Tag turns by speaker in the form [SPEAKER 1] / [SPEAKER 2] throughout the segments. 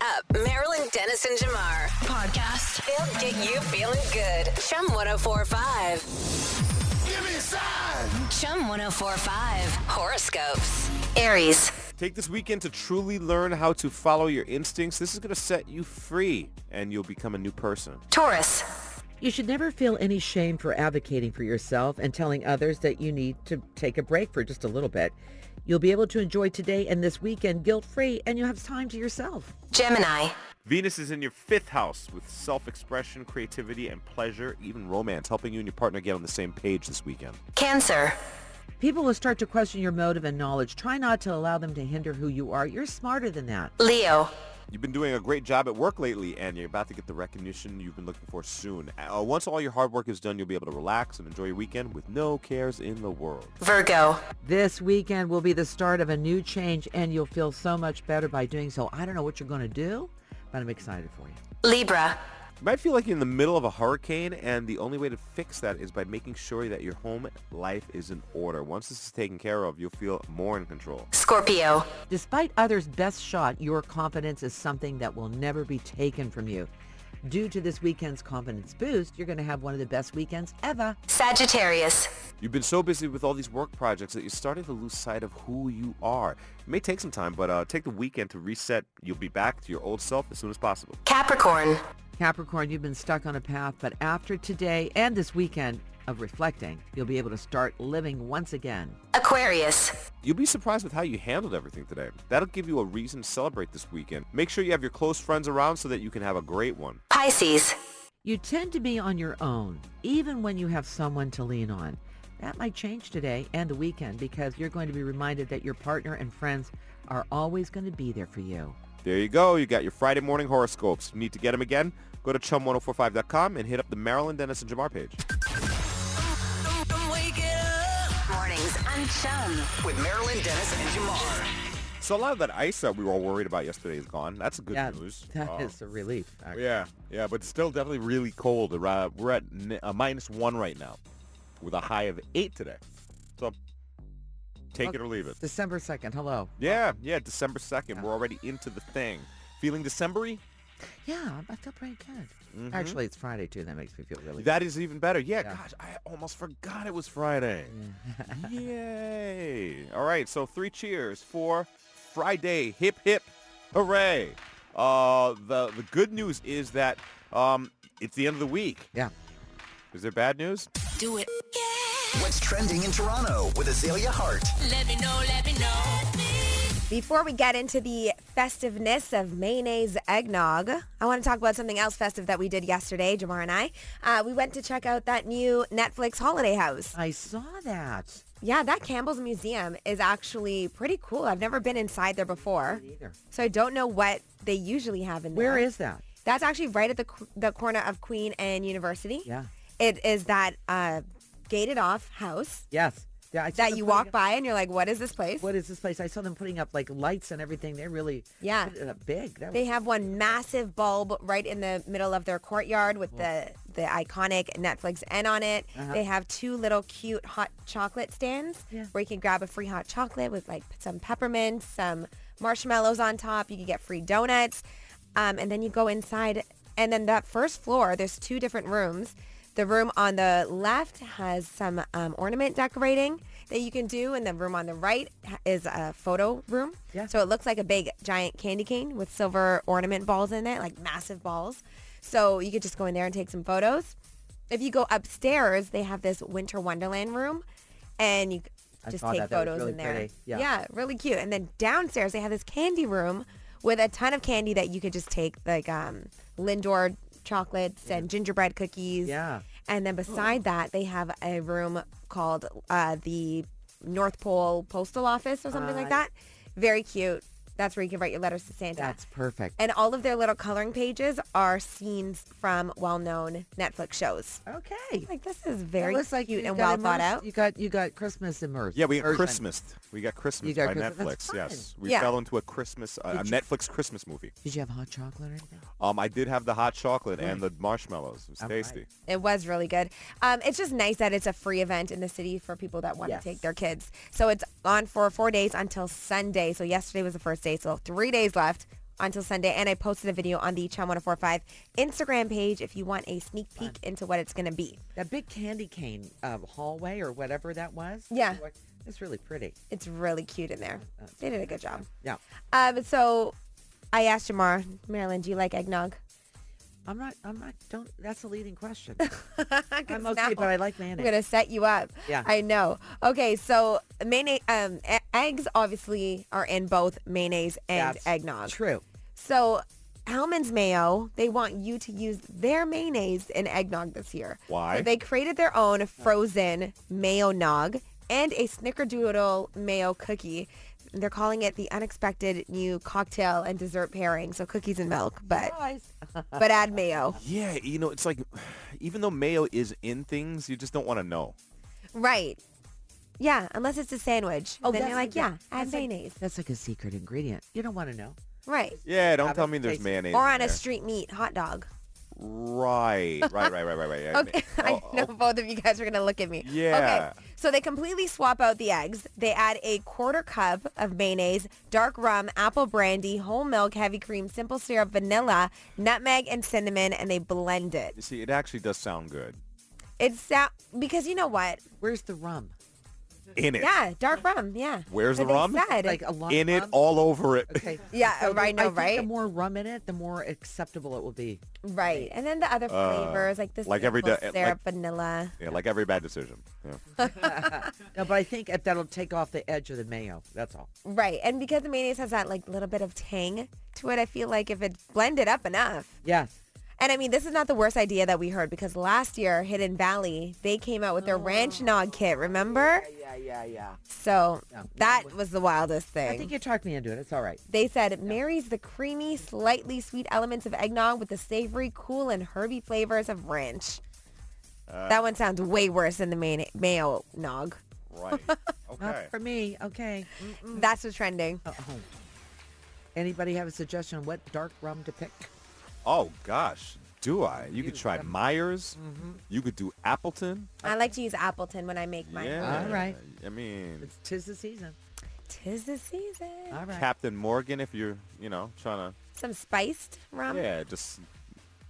[SPEAKER 1] up. Marilyn Dennis and Jamar. Podcast. They'll get you feeling good. Chum 1045.
[SPEAKER 2] Give me a sign!
[SPEAKER 1] Chum 1045. Horoscopes. Aries.
[SPEAKER 3] Take this weekend to truly learn how to follow your instincts. This is going to set you free and you'll become a new person.
[SPEAKER 1] Taurus.
[SPEAKER 4] You should never feel any shame for advocating for yourself and telling others that you need to take a break for just a little bit. You'll be able to enjoy today and this weekend guilt-free and you'll have time to yourself.
[SPEAKER 1] Gemini.
[SPEAKER 3] Venus is in your fifth house with self-expression, creativity, and pleasure, even romance, helping you and your partner get on the same page this weekend.
[SPEAKER 1] Cancer.
[SPEAKER 4] People will start to question your motive and knowledge. Try not to allow them to hinder who you are. You're smarter than that.
[SPEAKER 1] Leo.
[SPEAKER 3] You've been doing a great job at work lately and you're about to get the recognition you've been looking for soon. Uh, once all your hard work is done, you'll be able to relax and enjoy your weekend with no cares in the world.
[SPEAKER 1] Virgo.
[SPEAKER 4] This weekend will be the start of a new change and you'll feel so much better by doing so. I don't know what you're going to do, but I'm excited for you.
[SPEAKER 1] Libra.
[SPEAKER 3] You might feel like you're in the middle of a hurricane, and the only way to fix that is by making sure that your home life is in order. Once this is taken care of, you'll feel more in control.
[SPEAKER 1] Scorpio.
[SPEAKER 4] Despite others' best shot, your confidence is something that will never be taken from you. Due to this weekend's confidence boost, you're going to have one of the best weekends ever.
[SPEAKER 1] Sagittarius.
[SPEAKER 3] You've been so busy with all these work projects that you're starting to lose sight of who you are. It may take some time, but uh, take the weekend to reset. You'll be back to your old self as soon as possible.
[SPEAKER 1] Capricorn.
[SPEAKER 4] Capricorn, you've been stuck on a path, but after today and this weekend of reflecting, you'll be able to start living once again.
[SPEAKER 1] Aquarius.
[SPEAKER 3] You'll be surprised with how you handled everything today. That'll give you a reason to celebrate this weekend. Make sure you have your close friends around so that you can have a great one.
[SPEAKER 1] Pisces.
[SPEAKER 4] You tend to be on your own, even when you have someone to lean on. That might change today and the weekend because you're going to be reminded that your partner and friends are always going to be there for you.
[SPEAKER 3] There you go. You got your Friday morning horoscopes. Need to get them again? Go to chum1045.com and hit up the Maryland Dennis and Jamar page.
[SPEAKER 1] Mornings on Chum.
[SPEAKER 2] With Marilyn Dennis and Jamar.
[SPEAKER 3] So a lot of that ice that we were all worried about yesterday is gone. That's good
[SPEAKER 4] That-
[SPEAKER 3] news.
[SPEAKER 4] that
[SPEAKER 3] Uh,
[SPEAKER 4] is a relief. actually.
[SPEAKER 3] Yeah, yeah, but it's still definitely really cold. We're at- We're at ni- uh, minus one right now with a high of eight today. So take it or leave it.
[SPEAKER 4] December 2nd, hello.
[SPEAKER 3] Yeah, yeah, December 2nd. We're already into the thing. Feeling Decembery?
[SPEAKER 4] Yeah, I feel pretty good. Actually, it's Friday too. That makes me feel really
[SPEAKER 3] That is even better. Yeah,
[SPEAKER 4] Yeah.
[SPEAKER 3] gosh, I almost forgot it was Friday. Yay. All right, so three cheers for Friday. Hip, hip, hooray. Uh, the, the good news is that um, it's the end of the week.
[SPEAKER 4] Yeah.
[SPEAKER 3] Is there bad news?
[SPEAKER 5] Do it.
[SPEAKER 2] What's trending in Toronto with Azalea Hart?
[SPEAKER 5] Let me know, let me know.
[SPEAKER 6] Before we get into the festiveness of mayonnaise eggnog, I want to talk about something else festive that we did yesterday, Jamar and I. Uh, we went to check out that new Netflix holiday house.
[SPEAKER 4] I saw that.
[SPEAKER 6] Yeah, that Campbell's Museum is actually pretty cool. I've never been inside there before.
[SPEAKER 4] Either.
[SPEAKER 6] So I don't know what they usually have in there.
[SPEAKER 4] Where is that?
[SPEAKER 6] That's actually right at the, qu- the corner of Queen and University.
[SPEAKER 4] Yeah.
[SPEAKER 6] It is that uh, gated off house
[SPEAKER 4] Yes. Yeah, I saw
[SPEAKER 6] that
[SPEAKER 4] them
[SPEAKER 6] you
[SPEAKER 4] putting
[SPEAKER 6] walk
[SPEAKER 4] up-
[SPEAKER 6] by and you're like, what is this place?
[SPEAKER 4] What is this place? I saw them putting up like lights and everything. They're really
[SPEAKER 6] Yeah.
[SPEAKER 4] put it up big. That
[SPEAKER 6] They
[SPEAKER 4] was,
[SPEAKER 6] have one massive bulb right in the middle of their courtyard with the the iconic Netflix N on it. They have two little cute hot chocolate stands
[SPEAKER 4] Uh-huh. Yeah.
[SPEAKER 6] where you can grab a free hot chocolate with like some peppermint, some marshmallows on top. You can get free donuts, um, and then you go inside. And then that first floor, there's two different rooms. The room on the left has some um, ornament decorating that you can do, and the room on the right ha- is a photo room.
[SPEAKER 4] Yeah.
[SPEAKER 6] So it looks like a big giant candy cane with silver ornament balls in it, like massive balls. So you could just go in there and take some photos. If you go upstairs, they have this winter wonderland room, and you c-
[SPEAKER 4] I
[SPEAKER 6] just
[SPEAKER 4] saw
[SPEAKER 6] take
[SPEAKER 4] that. That was
[SPEAKER 6] photos
[SPEAKER 4] really
[SPEAKER 6] in there.
[SPEAKER 4] pretty. Yeah.
[SPEAKER 6] really cute. And then downstairs, they have this candy room with a ton of candy that you could just take, like um, Lindor chocolates and gingerbread cookies.
[SPEAKER 4] Yeah.
[SPEAKER 6] And then beside that, they have a room called uh, the North Pole Postal Office or something
[SPEAKER 4] Uh,
[SPEAKER 6] like that. Very cute. That's where you can write your letters to Santa.
[SPEAKER 4] that's perfect.
[SPEAKER 6] and all of their little coloring pages are scenes from well-known Netflix shows.
[SPEAKER 4] okay.
[SPEAKER 6] Like this is
[SPEAKER 4] That
[SPEAKER 6] very
[SPEAKER 4] looks like
[SPEAKER 6] cute
[SPEAKER 4] you
[SPEAKER 6] and
[SPEAKER 4] got
[SPEAKER 6] well thought
[SPEAKER 4] immersed-
[SPEAKER 6] out.
[SPEAKER 4] You got you got Christmas immersed.
[SPEAKER 3] Yeah, we got
[SPEAKER 4] version.
[SPEAKER 3] Christmas. We got Christmas
[SPEAKER 4] You got
[SPEAKER 3] by
[SPEAKER 4] Christmas. That's
[SPEAKER 3] Netflix. Yes, we
[SPEAKER 6] Yeah.
[SPEAKER 3] fell into a Christmas, uh, a
[SPEAKER 4] Did you-
[SPEAKER 3] Netflix Christmas movie.
[SPEAKER 4] Did you have hot chocolate or anything?
[SPEAKER 3] Um, I did have the hot chocolate and the marshmallows. It was
[SPEAKER 4] All right.
[SPEAKER 3] tasty.
[SPEAKER 6] It was really good. Um, it's just nice that it's a free event in the city for people that want
[SPEAKER 4] Yes.
[SPEAKER 6] to take their kids. So it's on for four days until Sunday. So yesterday was the first day. So three days left. until Sunday. And I posted a video on the Chum 1045 Instagram page if you want a sneak peek into what it's going to be.
[SPEAKER 4] That big candy cane uh, hallway or whatever that was.
[SPEAKER 6] Yeah.
[SPEAKER 4] It's really pretty.
[SPEAKER 6] It's really cute in there. They did a good job.
[SPEAKER 4] Yeah.
[SPEAKER 6] Um, so I asked Jamar, Marilyn, do you like eggnog?
[SPEAKER 4] I'm not, I'm not, don't, that's a leading question.
[SPEAKER 6] 'Cause
[SPEAKER 4] I'm okay,
[SPEAKER 6] now
[SPEAKER 4] but I like
[SPEAKER 6] I'm
[SPEAKER 4] mayonnaise.
[SPEAKER 6] gonna set you up.
[SPEAKER 4] Yeah.
[SPEAKER 6] I know. Okay, so mayonnaise, um, e- eggs obviously are in both mayonnaise and
[SPEAKER 4] That's
[SPEAKER 6] eggnog.
[SPEAKER 4] True.
[SPEAKER 6] So Hellman's Mayo, they want you to use their mayonnaise in eggnog this year.
[SPEAKER 3] Why?
[SPEAKER 6] So they created their own frozen mayo nog and a snickerdoodle mayo cookie. They're calling it the unexpected new cocktail and dessert pairing. So cookies and milk, but
[SPEAKER 4] Oh,
[SPEAKER 6] but add mayo.
[SPEAKER 3] Yeah, you know, it's like even though mayo is in things, you just don't want to know.
[SPEAKER 6] Right. Yeah, unless it's a sandwich. Oh, then
[SPEAKER 4] that's
[SPEAKER 6] you're like,
[SPEAKER 4] a-
[SPEAKER 6] yeah, add
[SPEAKER 4] that's like-
[SPEAKER 6] mayonnaise.
[SPEAKER 4] That's like a secret ingredient. You don't want to know.
[SPEAKER 6] Right.
[SPEAKER 3] Yeah, don't
[SPEAKER 4] Have
[SPEAKER 3] tell
[SPEAKER 4] it
[SPEAKER 3] me there's
[SPEAKER 4] taste-
[SPEAKER 3] mayonnaise.
[SPEAKER 6] Or
[SPEAKER 3] in
[SPEAKER 6] on a
[SPEAKER 3] there.
[SPEAKER 6] street meat hot dog.
[SPEAKER 3] Right, right, right, right, right, right. yeah.
[SPEAKER 6] Okay, I
[SPEAKER 3] Oh,
[SPEAKER 6] know both of you guys are gonna look at me.
[SPEAKER 3] Yeah.
[SPEAKER 6] Okay, so they completely swap out the eggs. They add a quarter cup of mayonnaise, dark rum, apple brandy, whole milk, heavy cream, simple syrup, vanilla, nutmeg, and cinnamon, and they blend
[SPEAKER 3] oh,
[SPEAKER 6] it.
[SPEAKER 3] see, it actually does sound good
[SPEAKER 6] It's that because you know what?
[SPEAKER 4] Where's the rum?
[SPEAKER 3] in it.
[SPEAKER 6] Yeah, dark rum. Yeah.
[SPEAKER 3] Where's
[SPEAKER 6] But
[SPEAKER 3] the
[SPEAKER 6] they
[SPEAKER 3] rum?
[SPEAKER 6] said-
[SPEAKER 4] Like a lot
[SPEAKER 3] In it, all over it.
[SPEAKER 4] Okay.
[SPEAKER 6] Yeah,
[SPEAKER 4] So the-
[SPEAKER 6] I know,
[SPEAKER 4] think The
[SPEAKER 6] right?
[SPEAKER 4] more rum in it, the more acceptable it will be.
[SPEAKER 6] right, and then the other flavors like this,
[SPEAKER 3] Uh, like every
[SPEAKER 6] simple
[SPEAKER 3] day- like-
[SPEAKER 6] syrup, vanilla.
[SPEAKER 3] Yeah, like every bad decision. Yeah.
[SPEAKER 4] No, but I think if that'll take off the edge of the mayo. That's all.
[SPEAKER 6] Right, and because the mayonnaise has that like little bit of tang to it, I feel like if it's blended up enough.
[SPEAKER 4] Yes.
[SPEAKER 6] And I mean, this is not the worst idea that we heard because last year, Hidden Valley, they came out with their ranch nog kit, remember?
[SPEAKER 4] Yeah, yeah, yeah. Oh.
[SPEAKER 6] So
[SPEAKER 4] Yeah.
[SPEAKER 6] that was the wildest
[SPEAKER 4] I
[SPEAKER 6] thing.
[SPEAKER 4] think you talked me into it. It's all right.
[SPEAKER 6] They said it marries the creamy, slightly sweet elements of eggnog with the savory, cool, and herby flavors of ranch.
[SPEAKER 4] Uh,
[SPEAKER 6] that one sounds way worse than the mayo, mayo nog.
[SPEAKER 3] Right.
[SPEAKER 4] Not
[SPEAKER 3] Okay.
[SPEAKER 4] for me. Okay.
[SPEAKER 6] That's what's trending.
[SPEAKER 4] Uh-oh. Anybody have a suggestion on what dark rum to pick?
[SPEAKER 3] Oh gosh, do I? You could try Myers. You could do Appleton.
[SPEAKER 6] I like to use Appleton when I make mine.
[SPEAKER 3] Yeah.
[SPEAKER 4] All right.
[SPEAKER 3] I mean,
[SPEAKER 4] It's tis the season.
[SPEAKER 6] Tis the season.
[SPEAKER 4] All right.
[SPEAKER 3] Captain Morgan. If you're, you know, trying to,
[SPEAKER 6] Some spiced rum.
[SPEAKER 3] yeah, just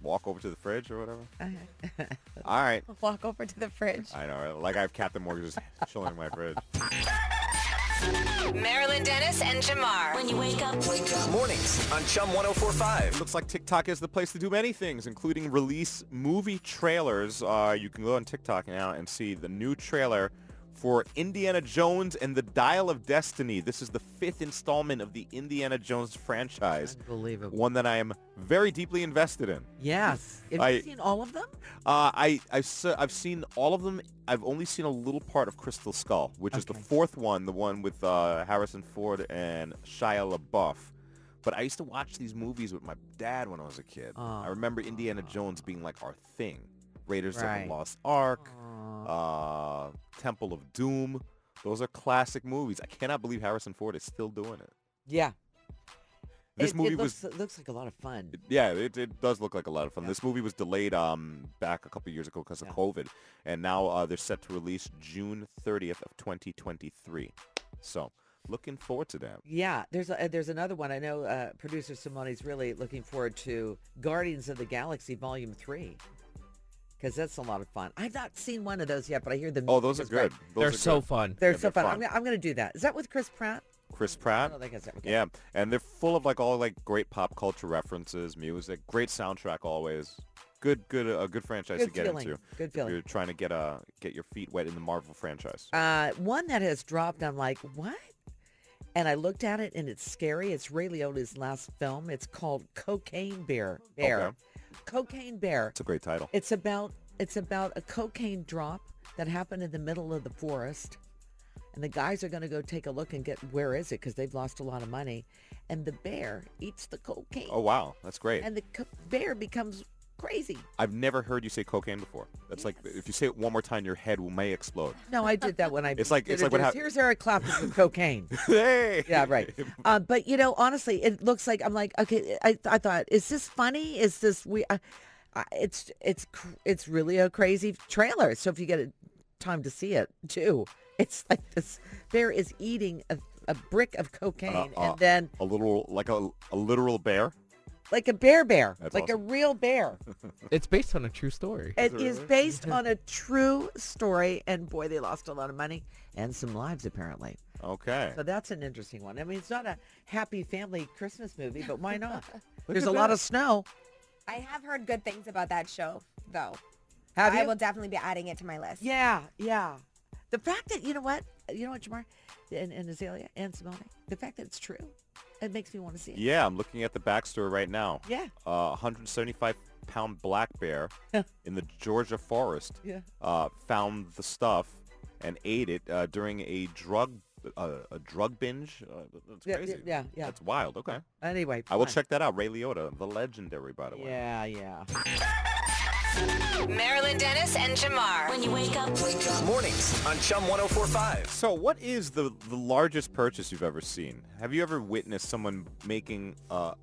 [SPEAKER 3] walk over to the fridge or whatever.
[SPEAKER 4] Okay.
[SPEAKER 3] All right.
[SPEAKER 6] Walk over to the fridge.
[SPEAKER 3] I know. right? Like I have Captain Morgan just chilling in my fridge.
[SPEAKER 1] Marilyn Dennis and Jamar.
[SPEAKER 5] When you wake up, wake up.
[SPEAKER 2] Mornings on Chum 1045.
[SPEAKER 3] Looks like TikTok is the place to do many things, including release movie trailers. Uh, you can go on TikTok now and see the new trailer for Indiana Jones and the Dial of Destiny. This is the fifth installment of the Indiana Jones franchise,
[SPEAKER 4] Unbelievable.
[SPEAKER 3] one that I am very deeply invested in.
[SPEAKER 4] Yes. Have
[SPEAKER 3] I-
[SPEAKER 4] you seen all of them?
[SPEAKER 3] Uh, I, I've, se- I've seen all of them. I've only seen a little part of Crystal Skull, which is the
[SPEAKER 4] Okay.
[SPEAKER 3] fourth one, the one with uh, Harrison Ford and Shia LaBeouf. But I used to watch these movies with my dad when I was a kid. I remember Indiana Jones being like our thing. Raiders of
[SPEAKER 4] Right.
[SPEAKER 3] the Lost Ark, uh, Temple of Doom. Those are classic movies. I cannot believe Harrison Ford is still doing it.
[SPEAKER 4] Yeah.
[SPEAKER 3] This
[SPEAKER 4] It- it
[SPEAKER 3] movie was
[SPEAKER 4] looks, it looks like a lot of fun.
[SPEAKER 3] yeah, it, it does look like a lot of fun. This movie was delayed um back a couple years ago because of COVID, and now uh, they're set to release June 30th of 2023. So, looking forward to that.
[SPEAKER 4] Yeah, there's a, uh, there's another one. I know uh, producer Simone's really looking forward to Guardians of the Galaxy Volume Three because that's a lot of fun. I've not seen one of those yet, but I hear the
[SPEAKER 3] Oh,
[SPEAKER 4] music
[SPEAKER 3] those are
[SPEAKER 4] is great.
[SPEAKER 3] good. Those
[SPEAKER 7] They're
[SPEAKER 3] are
[SPEAKER 7] so
[SPEAKER 3] good.
[SPEAKER 7] fun.
[SPEAKER 4] They're
[SPEAKER 3] Yeah,
[SPEAKER 4] so
[SPEAKER 3] they're
[SPEAKER 4] fun. I'm,
[SPEAKER 3] fun.
[SPEAKER 4] gonna, I'm gonna do that. Is that with Chris Pratt?
[SPEAKER 3] Chris
[SPEAKER 4] I
[SPEAKER 3] Pratt.
[SPEAKER 4] don't think I said. Okay.
[SPEAKER 3] Yeah, and they're full of like all like great pop culture references, music, great soundtrack always. Good, good, a good franchise
[SPEAKER 4] Good
[SPEAKER 3] to get
[SPEAKER 4] feeling.
[SPEAKER 3] into.
[SPEAKER 4] Good
[SPEAKER 3] if
[SPEAKER 4] feeling.
[SPEAKER 3] You're trying to get a get your feet wet in the Marvel franchise.
[SPEAKER 4] Uh, one that has dropped. I'm like, what? And I looked at it, and it's scary. It's Ray Liotta's last film. It's called Cocaine Bear. Bear.
[SPEAKER 3] Okay.
[SPEAKER 4] Cocaine Bear.
[SPEAKER 3] It's a great title.
[SPEAKER 4] It's about it's about a cocaine drop that happened in the middle of the forest, and the guys are going to go take a look and get where is it because they've lost a lot of money, and the bear eats the cocaine,
[SPEAKER 3] Oh wow, that's great.
[SPEAKER 4] and the co- bear becomes crazy.
[SPEAKER 3] I've never heard you say cocaine before. That's like if you say it one more time, your head will may explode.
[SPEAKER 4] No, I did that when I.
[SPEAKER 3] It's like- it's like what
[SPEAKER 4] introduced-
[SPEAKER 3] hap-
[SPEAKER 4] Here's Eric Clapton with cocaine.
[SPEAKER 3] hey.
[SPEAKER 4] Yeah, right. Uh, but you know, honestly, it looks like I'm like, okay, I, I thought, is this funny? Is this we? I I- it's it's cr- it's really a crazy trailer. So if you get a time to see it too, it's like this bear is eating a a brick of cocaine
[SPEAKER 3] uh,
[SPEAKER 4] and then
[SPEAKER 3] a little like a, a literal bear.
[SPEAKER 4] like a bear bear,
[SPEAKER 3] That's
[SPEAKER 4] like a
[SPEAKER 3] awesome.
[SPEAKER 4] real bear.
[SPEAKER 7] It's based on a true story.
[SPEAKER 4] It is based on a true story, and boy, they lost a lot of money and some lives apparently.
[SPEAKER 3] Okay.
[SPEAKER 4] So that's an interesting one. I mean, it's not a happy family Christmas movie, but why not?
[SPEAKER 3] Look
[SPEAKER 4] There's
[SPEAKER 3] at
[SPEAKER 4] a lot
[SPEAKER 3] that.
[SPEAKER 4] of snow.
[SPEAKER 6] I have heard good things about that show, though.
[SPEAKER 4] Have
[SPEAKER 6] I
[SPEAKER 4] you?
[SPEAKER 6] will definitely be adding it to my list.
[SPEAKER 4] Yeah, yeah. The fact that you know what, you know what, Jamar, and, and Azalea and Simone, the fact that it's true, it makes me want to see it.
[SPEAKER 3] Yeah, I'm looking at the backstory right now.
[SPEAKER 4] Yeah.
[SPEAKER 3] Uh, 175 pound black bear in the Georgia forest
[SPEAKER 4] Yeah.
[SPEAKER 3] uh, found the stuff and ate it uh, during a drug uh, a drug binge. Uh, that's
[SPEAKER 4] Yeah,
[SPEAKER 3] crazy.
[SPEAKER 4] yeah, yeah.
[SPEAKER 3] That's wild. Okay.
[SPEAKER 4] Anyway,
[SPEAKER 3] I will
[SPEAKER 4] fine.
[SPEAKER 3] check that out. Ray Liotta, the legendary, by the way.
[SPEAKER 4] Yeah, yeah.
[SPEAKER 1] Marilyn Dennis and Jamar.
[SPEAKER 5] When you wake up,
[SPEAKER 2] Mornings on Chum 1045.
[SPEAKER 3] So what is the, the largest purchase you've ever seen? Have you ever witnessed someone making uh,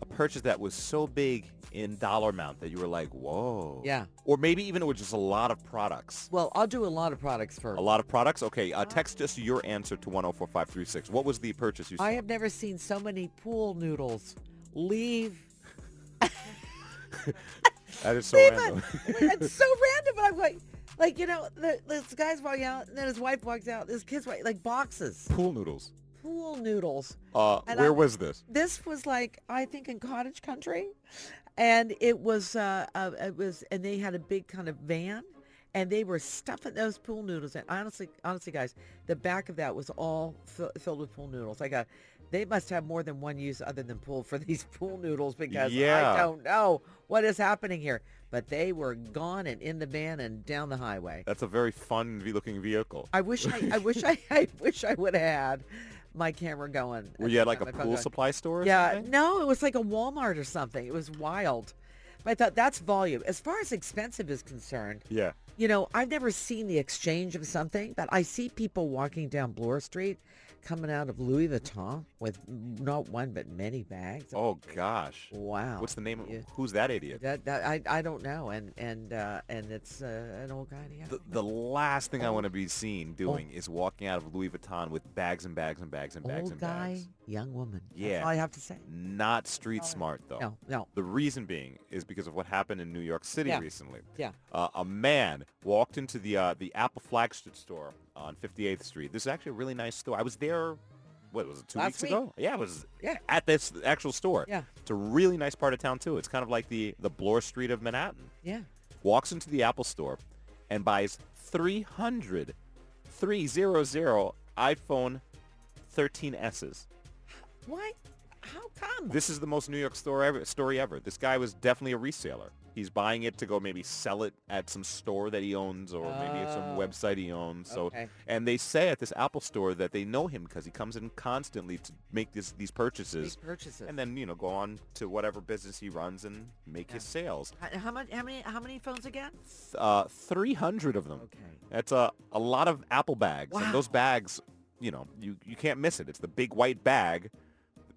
[SPEAKER 3] a purchase that was so big in dollar amount that you were like, whoa.
[SPEAKER 4] Yeah.
[SPEAKER 3] Or maybe even it was just a lot of products.
[SPEAKER 4] Well, I'll do a lot of products
[SPEAKER 3] A
[SPEAKER 4] first.
[SPEAKER 3] lot of products? Okay, uh, text us your answer to 104536. What was the purchase you saw?
[SPEAKER 4] Um. I have never seen so many pool noodles leave.
[SPEAKER 3] that is so
[SPEAKER 4] leave
[SPEAKER 3] random.
[SPEAKER 4] it's so random, but I'm like, like you know, the, this guy's walking out, and then his wife walks out, this kid's walking, like boxes,
[SPEAKER 3] Pool noodles.
[SPEAKER 4] pool noodles.
[SPEAKER 3] Uh,
[SPEAKER 4] And
[SPEAKER 3] where
[SPEAKER 4] I-
[SPEAKER 3] was this?
[SPEAKER 4] this was like I think in cottage country, and it was uh, uh it was and they had a big kind of van, and they were stuffing those pool noodles. And honestly, honestly, guys, the back of that was all fi- filled with pool noodles. Like a, they must have more than one use other than pool for these pool noodles because
[SPEAKER 3] Yeah.
[SPEAKER 4] I don't know what is happening here. But they were gone and in the van and down the highway.
[SPEAKER 3] That's a very fun v- looking vehicle.
[SPEAKER 4] I wish I, I wish I, I wish I would have had my camera going. at
[SPEAKER 3] were
[SPEAKER 4] the
[SPEAKER 3] you at like a
[SPEAKER 4] time, my phone
[SPEAKER 3] pool
[SPEAKER 4] going.
[SPEAKER 3] supply store? or
[SPEAKER 4] Yeah,
[SPEAKER 3] something?
[SPEAKER 4] no, it was like a Walmart or something. It was wild. But I thought that's volume. As far as expensive is concerned,
[SPEAKER 3] Yeah.
[SPEAKER 4] you know, I've never seen the exchange of something, but I see people walking down Bloor Street coming out of Louis Vuitton with not one but many bags.
[SPEAKER 3] Oh gosh.
[SPEAKER 4] wow.
[SPEAKER 3] What's the name? of
[SPEAKER 4] Yeah.
[SPEAKER 3] Who's that idiot?
[SPEAKER 4] That, that I, I don't know. And and uh, and it's uh, an old guy. Yeah.
[SPEAKER 3] The, the last thing I want to be seen
[SPEAKER 4] Oh.
[SPEAKER 3] doing is walking out of Louis Vuitton with bags and bags and bags and bags
[SPEAKER 4] old
[SPEAKER 3] and
[SPEAKER 4] guy,
[SPEAKER 3] bags.
[SPEAKER 4] young woman. That's
[SPEAKER 3] Yeah.
[SPEAKER 4] all I have to say.
[SPEAKER 3] Not street smart though.
[SPEAKER 4] No, no.
[SPEAKER 3] The reason being is because of what happened in New York City
[SPEAKER 4] Yeah.
[SPEAKER 3] recently.
[SPEAKER 4] Yeah.
[SPEAKER 3] Uh, a man walked into the uh, the Apple flagship store on 58th Street. This is actually a really nice store. I was there. What was it? Two weeks
[SPEAKER 4] Last week.
[SPEAKER 3] ago? Yeah, it was.
[SPEAKER 4] Yeah.
[SPEAKER 3] At this actual store.
[SPEAKER 4] Yeah.
[SPEAKER 3] It's a really nice part of town too. It's kind of like the the Bloor Street of Manhattan
[SPEAKER 4] Yeah.
[SPEAKER 3] walks into the Apple store and buys 300, 300 iPhone 13Ss.
[SPEAKER 4] Why? How come?
[SPEAKER 3] This is the most New York store ever, story ever. This guy was definitely a reseller. He's buying it to go maybe sell it at some store that he owns or maybe at some
[SPEAKER 4] Oh.
[SPEAKER 3] website he owns. So,
[SPEAKER 4] Okay.
[SPEAKER 3] And they say at this Apple store that they know him because he comes in constantly to make this, these
[SPEAKER 4] These
[SPEAKER 3] purchases
[SPEAKER 4] purchases.
[SPEAKER 3] and then, you know, go on to whatever business he runs and make his sales.
[SPEAKER 4] How, how much? How many? How many phones again?
[SPEAKER 3] uh, 300 of them.
[SPEAKER 4] Okay.
[SPEAKER 3] That's a, a lot of apple bags. And those
[SPEAKER 4] Wow.
[SPEAKER 3] bags, you know, you, you can't miss it. It's the big white bag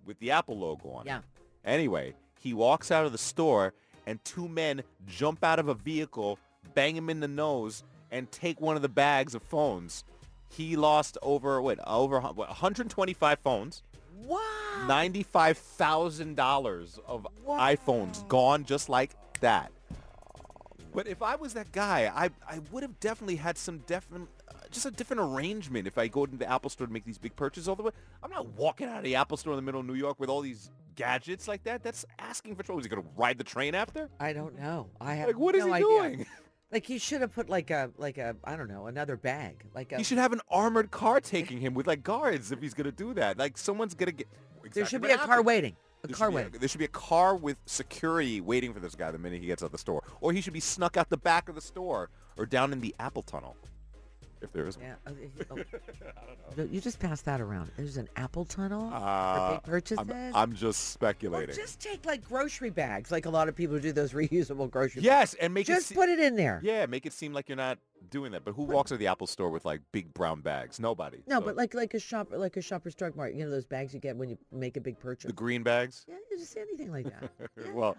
[SPEAKER 3] with the Apple logo on
[SPEAKER 4] Yeah.
[SPEAKER 3] it. Anyway, he walks out of the store and two men jump out of a vehicle, bang him in the nose, and take one of the bags of phones. He lost over, what, over a hun- what, 125 phones,
[SPEAKER 4] Wow.
[SPEAKER 3] $95,000 of iPhones gone just like that. But if I was that guy, I, I would have definitely had some different, uh, just a different arrangement if I go into the Apple store to make these big purchases. All the way, I'm not walking out of the Apple store in the middle of New York with all these gadgets like that. That's asking for trouble. Is he gonna ride the train after?
[SPEAKER 4] I don't know. I have
[SPEAKER 3] Like, what is
[SPEAKER 4] no
[SPEAKER 3] he
[SPEAKER 4] idea.
[SPEAKER 3] doing?
[SPEAKER 4] Like he should have put like a like a I don't know another bag like a.
[SPEAKER 3] He should have an armored car taking him with like guards if he's gonna do that. Like someone's gonna get.
[SPEAKER 4] there
[SPEAKER 3] Exactly
[SPEAKER 4] should be
[SPEAKER 3] what
[SPEAKER 4] a car
[SPEAKER 3] happened.
[SPEAKER 4] waiting. A
[SPEAKER 3] There should
[SPEAKER 4] car
[SPEAKER 3] be
[SPEAKER 4] waiting.
[SPEAKER 3] There should be a car with security waiting for this guy the minute he gets out the store, or he should be snuck out the back of the store or down in the Apple Tunnel, if there is one.
[SPEAKER 4] yeah. oh, yeah, oh. No, You just pass that around. There's an apple tunnel
[SPEAKER 3] Uh,
[SPEAKER 4] for big purchases.
[SPEAKER 3] I'm, I'm just
[SPEAKER 4] or
[SPEAKER 3] speculating.
[SPEAKER 4] just take like grocery bags, like a lot of people do those reusable grocery. bags.
[SPEAKER 3] yes, and make
[SPEAKER 4] Just
[SPEAKER 3] it se-
[SPEAKER 4] put it in there.
[SPEAKER 3] yeah, make it seem like you're not doing that. But who walks to the Apple store with like big brown bags? Nobody.
[SPEAKER 4] No,
[SPEAKER 3] So,
[SPEAKER 4] but like like a shop like a shopper's drug mart. You know those bags you get when you make a big purchase.
[SPEAKER 3] the green bags.
[SPEAKER 4] yeah, you just anything like that. Yeah.
[SPEAKER 3] well,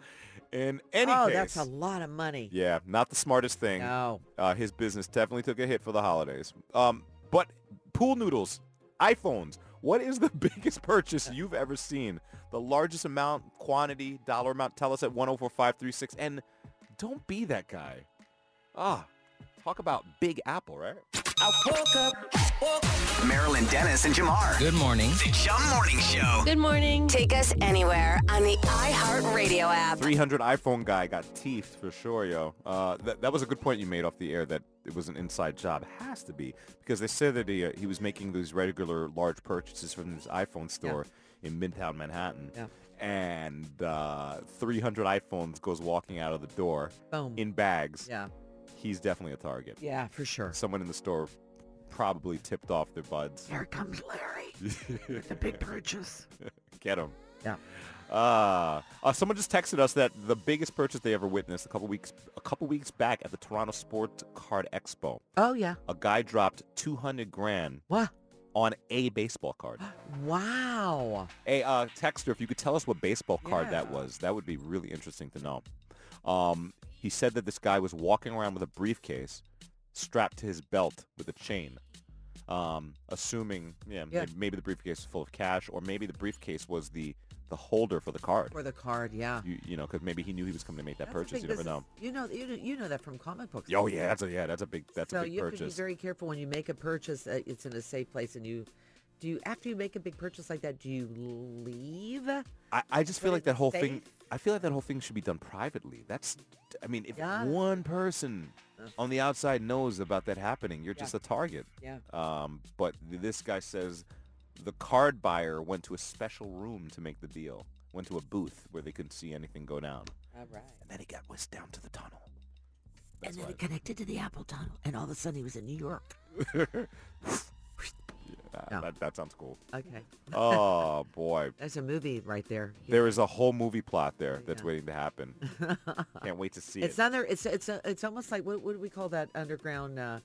[SPEAKER 3] in any
[SPEAKER 4] oh,
[SPEAKER 3] case,
[SPEAKER 4] that's a lot of money. Oh,
[SPEAKER 3] yeah, not the smartest thing.
[SPEAKER 4] No.
[SPEAKER 3] Uh, his business definitely took a hit for the holidays. Um, but pool noodles, iPhones. What is the biggest purchase you've ever seen? The largest amount, quantity, dollar amount? Tell us at 104536. And don't be that guy. Ah, talk about Big Apple, right?
[SPEAKER 2] Marilyn Dennis and Jamar.
[SPEAKER 8] Good morning.
[SPEAKER 2] The Jum Morning Show.
[SPEAKER 5] Good morning.
[SPEAKER 1] Take us anywhere on the iHeartRadio app.
[SPEAKER 3] 300 iPhone guy got teethed for sure, yo. Uh, that, that was a good point you made off the air that it was an inside job. Has to be because they said that he, uh, he was making these regular large purchases from this iPhone store in Midtown Manhattan.
[SPEAKER 4] Yeah.
[SPEAKER 3] And uh, 300 iPhones goes walking out of the door
[SPEAKER 4] Boom.
[SPEAKER 3] in bags.
[SPEAKER 4] Mm. yeah.
[SPEAKER 3] He's definitely a target.
[SPEAKER 4] Yeah, for sure.
[SPEAKER 3] Someone in the store probably tipped off their buds.
[SPEAKER 4] Here comes Larry with the big purchase.
[SPEAKER 3] Get him.
[SPEAKER 4] Yeah.
[SPEAKER 3] Uh, uh, someone just texted us that the biggest purchase they ever witnessed a couple weeks a couple weeks back at the Toronto Sports Card Expo.
[SPEAKER 4] Oh yeah.
[SPEAKER 3] A guy dropped 200 grand
[SPEAKER 4] What?
[SPEAKER 3] on a baseball card.
[SPEAKER 4] Wow.
[SPEAKER 3] hey, uh, texter, if you could tell us what baseball card that
[SPEAKER 4] Yeah.
[SPEAKER 3] was, that would be really interesting to know. Um, he said that this guy was walking around with a briefcase strapped to his belt with a chain. Um, assuming, yeah,
[SPEAKER 4] Yeah.
[SPEAKER 3] Maybe, maybe the briefcase was full of cash, or maybe the briefcase was the the holder for the card.
[SPEAKER 4] For the card, yeah.
[SPEAKER 3] you, you know, because maybe he knew he was coming to make that
[SPEAKER 4] That's a
[SPEAKER 3] purchase.
[SPEAKER 4] big
[SPEAKER 3] You never know.
[SPEAKER 4] business. You know, you, you know that from comic books.
[SPEAKER 3] Oh yeah, that's a yeah, that's a big that's
[SPEAKER 4] so
[SPEAKER 3] a big
[SPEAKER 4] you have to be
[SPEAKER 3] purchase.
[SPEAKER 4] very careful when you make a purchase. Uh, it's in a safe place, and you do you after you make a big purchase like that, do you leave?
[SPEAKER 3] I, I just feel
[SPEAKER 4] But
[SPEAKER 3] like
[SPEAKER 4] it's
[SPEAKER 3] that whole thing.
[SPEAKER 4] safe.
[SPEAKER 3] I feel like that whole thing should be done privately. That's, I mean, if
[SPEAKER 4] Yeah.
[SPEAKER 3] one person on the outside knows about that happening, you're just a target.
[SPEAKER 4] Yeah.
[SPEAKER 3] Um, but th- this guy says the card buyer went to a special room to make the deal. Went to a booth where they couldn't see anything go down,
[SPEAKER 4] All right.
[SPEAKER 3] and then he got whisked down to the tunnel.
[SPEAKER 4] and then it connected to the Apple Tunnel, and all of a sudden he was in New York.
[SPEAKER 3] That,
[SPEAKER 4] Yeah.
[SPEAKER 3] that, that sounds cool.
[SPEAKER 4] Okay,
[SPEAKER 3] oh boy,
[SPEAKER 4] there's a movie right there.
[SPEAKER 3] there is a whole movie plot there that's
[SPEAKER 4] go.
[SPEAKER 3] waiting to happen. Can't wait to see it.
[SPEAKER 4] It's another. It's it's a, it's almost like what, what do we call that underground uh,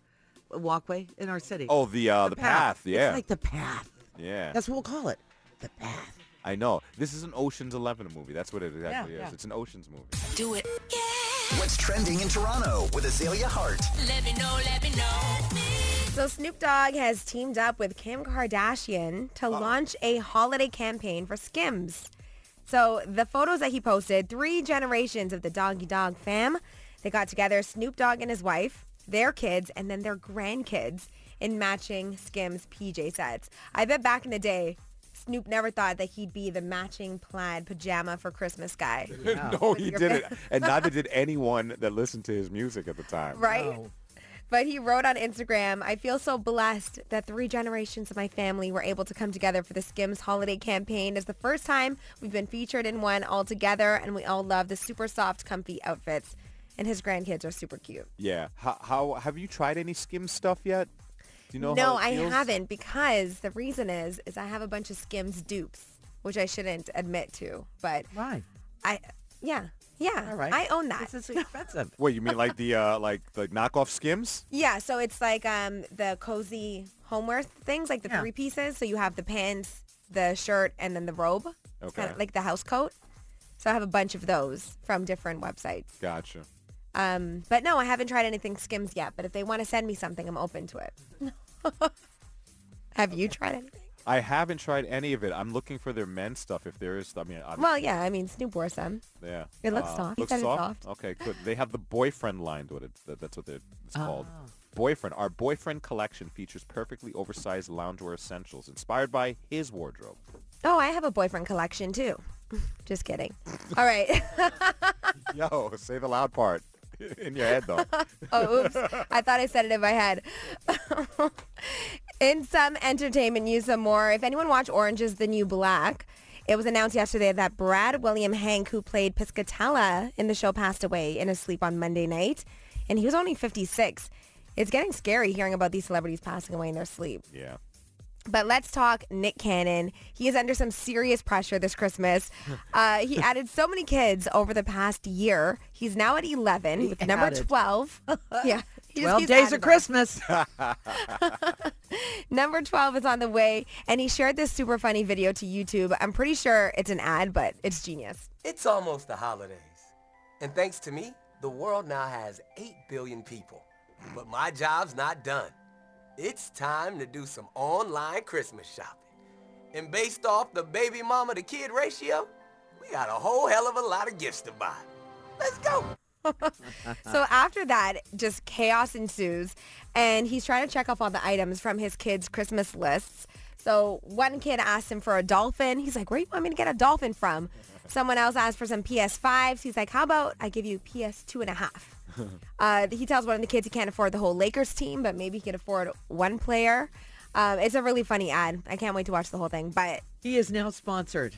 [SPEAKER 4] walkway in our city?
[SPEAKER 3] oh, the uh, the, path. Yeah,
[SPEAKER 4] It's like the path.
[SPEAKER 3] yeah.
[SPEAKER 4] That's what we'll call it. The path.
[SPEAKER 3] I know. This is an Ocean's Eleven movie. That's what it exactly
[SPEAKER 4] Yeah,
[SPEAKER 3] is.
[SPEAKER 4] yeah.
[SPEAKER 3] It's an Ocean's movie.
[SPEAKER 5] Do it. Yeah.
[SPEAKER 2] What's trending in Toronto with Azalea Hart?
[SPEAKER 5] Let me know, let me know.
[SPEAKER 6] So Snoop Dogg has teamed up with Kim Kardashian to launch a holiday campaign for Skims. So the photos that he posted, three generations of the Doggy Dog fam, they got together Snoop Dogg and his wife, their kids, and then their grandkids in matching Skims PJ sets. I bet back in the day, Snoop never thought that he'd be the matching plaid pajama for Christmas guy,
[SPEAKER 3] no, he didn't. and neither did anyone that listened to his music at the time.
[SPEAKER 6] right? But he wrote on Instagram, I feel so blessed that three generations of my family were able to come together for the Skims holiday campaign. It's the first time we've been featured in one all together, and we all love the super soft, comfy outfits. And his grandkids are super cute.
[SPEAKER 3] Yeah. How, how have you tried any Skim stuff yet? Do you know?
[SPEAKER 6] no,
[SPEAKER 3] how it
[SPEAKER 6] I
[SPEAKER 3] feels?
[SPEAKER 6] haven't because the reason is, is I have a bunch of Skims dupes, which I shouldn't admit to. But
[SPEAKER 4] Right.
[SPEAKER 6] I, yeah, yeah,
[SPEAKER 4] All right.
[SPEAKER 6] I own that.
[SPEAKER 4] This is expensive.
[SPEAKER 3] Wait, you mean like the uh, like the knockoff Skims?
[SPEAKER 6] Yeah, so it's like um the cozy homeware things, like the
[SPEAKER 4] Yeah.
[SPEAKER 6] three pieces. So you have the pants, the shirt, and then the robe. It's kinda
[SPEAKER 3] Okay.
[SPEAKER 6] like the house coat. So I have a bunch of those from different websites.
[SPEAKER 3] Gotcha.
[SPEAKER 6] Um, but no, I haven't tried anything Skims yet. But if they want to send me something, I'm open to it. have you tried anything?
[SPEAKER 3] I haven't tried any of it. I'm looking for their men's stuff if there is. I mean, obviously,
[SPEAKER 6] Well, yeah, I mean Snoop wore some.
[SPEAKER 3] yeah. Uh,
[SPEAKER 6] it looks soft. He
[SPEAKER 3] Looks
[SPEAKER 6] said it's
[SPEAKER 3] soft?
[SPEAKER 6] soft.
[SPEAKER 3] Okay, good. They have the boyfriend line to it. It's- that- That's what they're, it's
[SPEAKER 6] Ah.
[SPEAKER 3] called. Boyfriend. Our boyfriend collection features perfectly oversized loungewear essentials inspired by his wardrobe.
[SPEAKER 6] Oh, I have a boyfriend collection too. Just kidding. All right.
[SPEAKER 3] Yo, say the loud part in your head though.
[SPEAKER 6] Oh, oops. I thought I said it in my head. in some entertainment news, some more. If anyone watched Orange is the New Black, it was announced yesterday that Brad William Hank, who played Piscatella in the show, passed away in his sleep on Monday night. And he was only 56. It's getting scary hearing about these celebrities passing away in their sleep.
[SPEAKER 3] yeah.
[SPEAKER 6] But let's talk Nick Cannon. He is under some serious pressure this Christmas. Uh, he added so many kids over the past year. He's now at 11 with number
[SPEAKER 4] added.
[SPEAKER 6] 12. yeah. he just
[SPEAKER 4] Twelve
[SPEAKER 6] keeps
[SPEAKER 4] days
[SPEAKER 6] adding
[SPEAKER 4] of
[SPEAKER 6] them.
[SPEAKER 4] Christmas.
[SPEAKER 6] Number 12 is on the way, and he shared this super funny video to YouTube. I'm pretty sure it's an ad, but it's genius.
[SPEAKER 9] It's almost the holidays. And thanks to me, the world now has 8 billion people. But my job's not done. It's time to do some online Christmas shopping. And based off the baby mama to kid ratio, we got a whole hell of a lot of gifts to buy. Let's go.
[SPEAKER 6] So after that, just chaos ensues, and he's trying to check off all the items from his kids' Christmas lists. So one kid asked him for a dolphin. He's like, where do you want me to get a dolphin from? Someone else asked for some PS5s. He's like, how about I give you PS2 and a half? Uh, he tells one of the kids he can't afford the whole Lakers team, but maybe he can afford one player. Um, it's a really funny ad. I can't wait to watch the whole thing, but
[SPEAKER 4] He is now sponsored.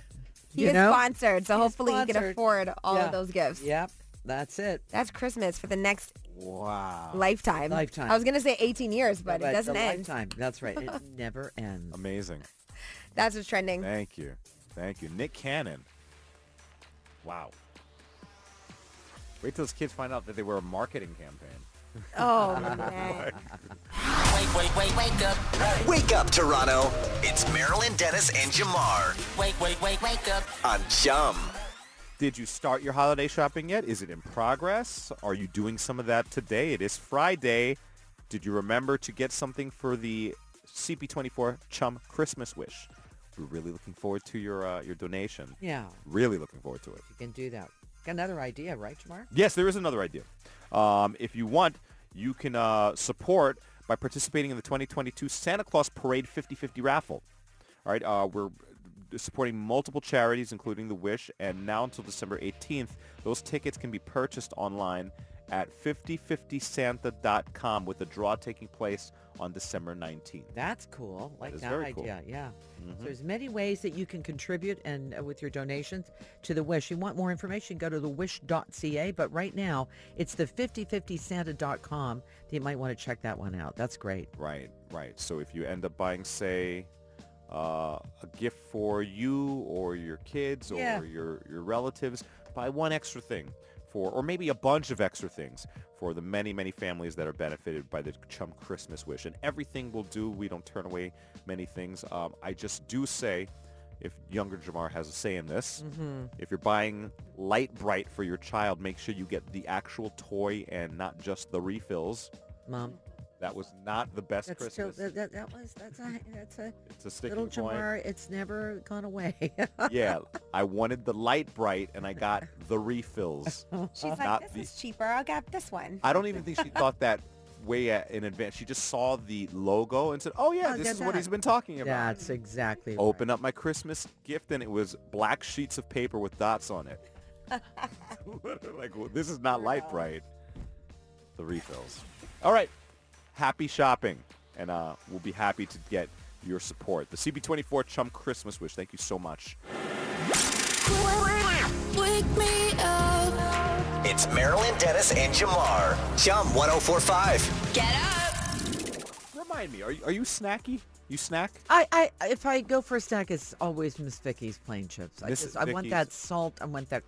[SPEAKER 6] he
[SPEAKER 4] you
[SPEAKER 6] is
[SPEAKER 4] know?
[SPEAKER 6] sponsored, so
[SPEAKER 4] He is
[SPEAKER 6] hopefully he can
[SPEAKER 4] sponsored.
[SPEAKER 6] afford all
[SPEAKER 4] Yeah.
[SPEAKER 6] of those gifts.
[SPEAKER 4] Yep, that's it.
[SPEAKER 6] That's Christmas for the next
[SPEAKER 3] Wow.
[SPEAKER 6] lifetime.
[SPEAKER 4] Lifetime.
[SPEAKER 6] I was gonna say 18 years, but, it
[SPEAKER 4] But
[SPEAKER 6] doesn't
[SPEAKER 4] the
[SPEAKER 6] end.
[SPEAKER 4] Lifetime. That's right. It never ends.
[SPEAKER 3] Amazing.
[SPEAKER 6] That's what's trending.
[SPEAKER 3] Thank you. Thank you. Nick Cannon. Wow. Wait till his kids find out that they were a marketing campaign.
[SPEAKER 6] Oh man.
[SPEAKER 5] Wake, wake, wake, wake up.
[SPEAKER 2] Wake up, Toronto. It's Marilyn Dennis and Jamar
[SPEAKER 5] Wake, wake, wake, wake up.
[SPEAKER 2] on Chum.
[SPEAKER 3] Did you start your holiday shopping yet? Is it in progress? Are you doing some of that today? It is Friday. Did you remember to get something for the CP24 Chum Christmas Wish? We're really looking forward to your uh, your donation.
[SPEAKER 4] Yeah,
[SPEAKER 3] Really looking forward to it.
[SPEAKER 4] you can do that. Got another idea, right, Jamar?
[SPEAKER 3] Yes, there is another idea. Um, if you want, you can uh, support by participating in the 2022 Santa Claus Parade 50-50 raffle. All right, uh, we're supporting multiple charities, including The Wish, and now until December 18th, those tickets can be purchased online at 5050santa.com with the draw taking place on December 19th.
[SPEAKER 4] That's cool. Like
[SPEAKER 3] is
[SPEAKER 4] that
[SPEAKER 3] very
[SPEAKER 4] idea.
[SPEAKER 3] cool. Mm-hmm.
[SPEAKER 4] Yeah. So there's many ways that you can contribute and uh, with your donations to the Wish. You want more information, go to thewish.ca. But right now, it's the 5050santa.com. You might want to check that one out. That's great.
[SPEAKER 3] Right, right. So if you end up buying, say, uh, a gift for you or your kids
[SPEAKER 4] Yeah.
[SPEAKER 3] or your, your relatives, buy one extra thing for, or maybe a bunch of extra things for the many, many families that are benefited by the Chum Christmas wish. And everything will do. We don't turn away many things. Um, I just do say, if younger Jamar has a say in this, if you're buying Light Bright for your child, make sure you get the actual toy and not just the refills.
[SPEAKER 4] Mom,
[SPEAKER 3] That was not the best
[SPEAKER 4] that's still,
[SPEAKER 3] Christmas.
[SPEAKER 4] that, that, that was, that's a, that's a
[SPEAKER 3] It's a sticking
[SPEAKER 4] little
[SPEAKER 3] point.
[SPEAKER 4] Jamar. It's never gone away.
[SPEAKER 3] yeah, I wanted the light bright and I got the refills.
[SPEAKER 4] Oh.
[SPEAKER 3] Not
[SPEAKER 6] She's like, this
[SPEAKER 3] the-
[SPEAKER 6] is cheaper. I'll get this one.
[SPEAKER 3] I don't even think she thought that way a- in advance. She just saw the logo and said, "Oh yeah,
[SPEAKER 4] I'll
[SPEAKER 3] this
[SPEAKER 4] get
[SPEAKER 3] is what
[SPEAKER 4] that."
[SPEAKER 3] he's been talking about."
[SPEAKER 4] that's exactly right.
[SPEAKER 3] Open up my Christmas gift and it was black sheets of paper with dots on it. like well, this is not light bright. The refills. All right. Happy shopping and uh, we'll be happy to get your support. The CB24 Chum Christmas Wish. Thank you so much.
[SPEAKER 5] Wake me up.
[SPEAKER 2] It's Marilyn Dennis and Jamar. Chum 1045.
[SPEAKER 5] Get up.
[SPEAKER 3] Remind me, are you, are you snacky? You snack?
[SPEAKER 4] I, I if I go for a snack, it's always Miss Vicky's plain chips. I
[SPEAKER 3] Miss
[SPEAKER 4] just I want
[SPEAKER 3] Vicky's.
[SPEAKER 4] that salt. I want that,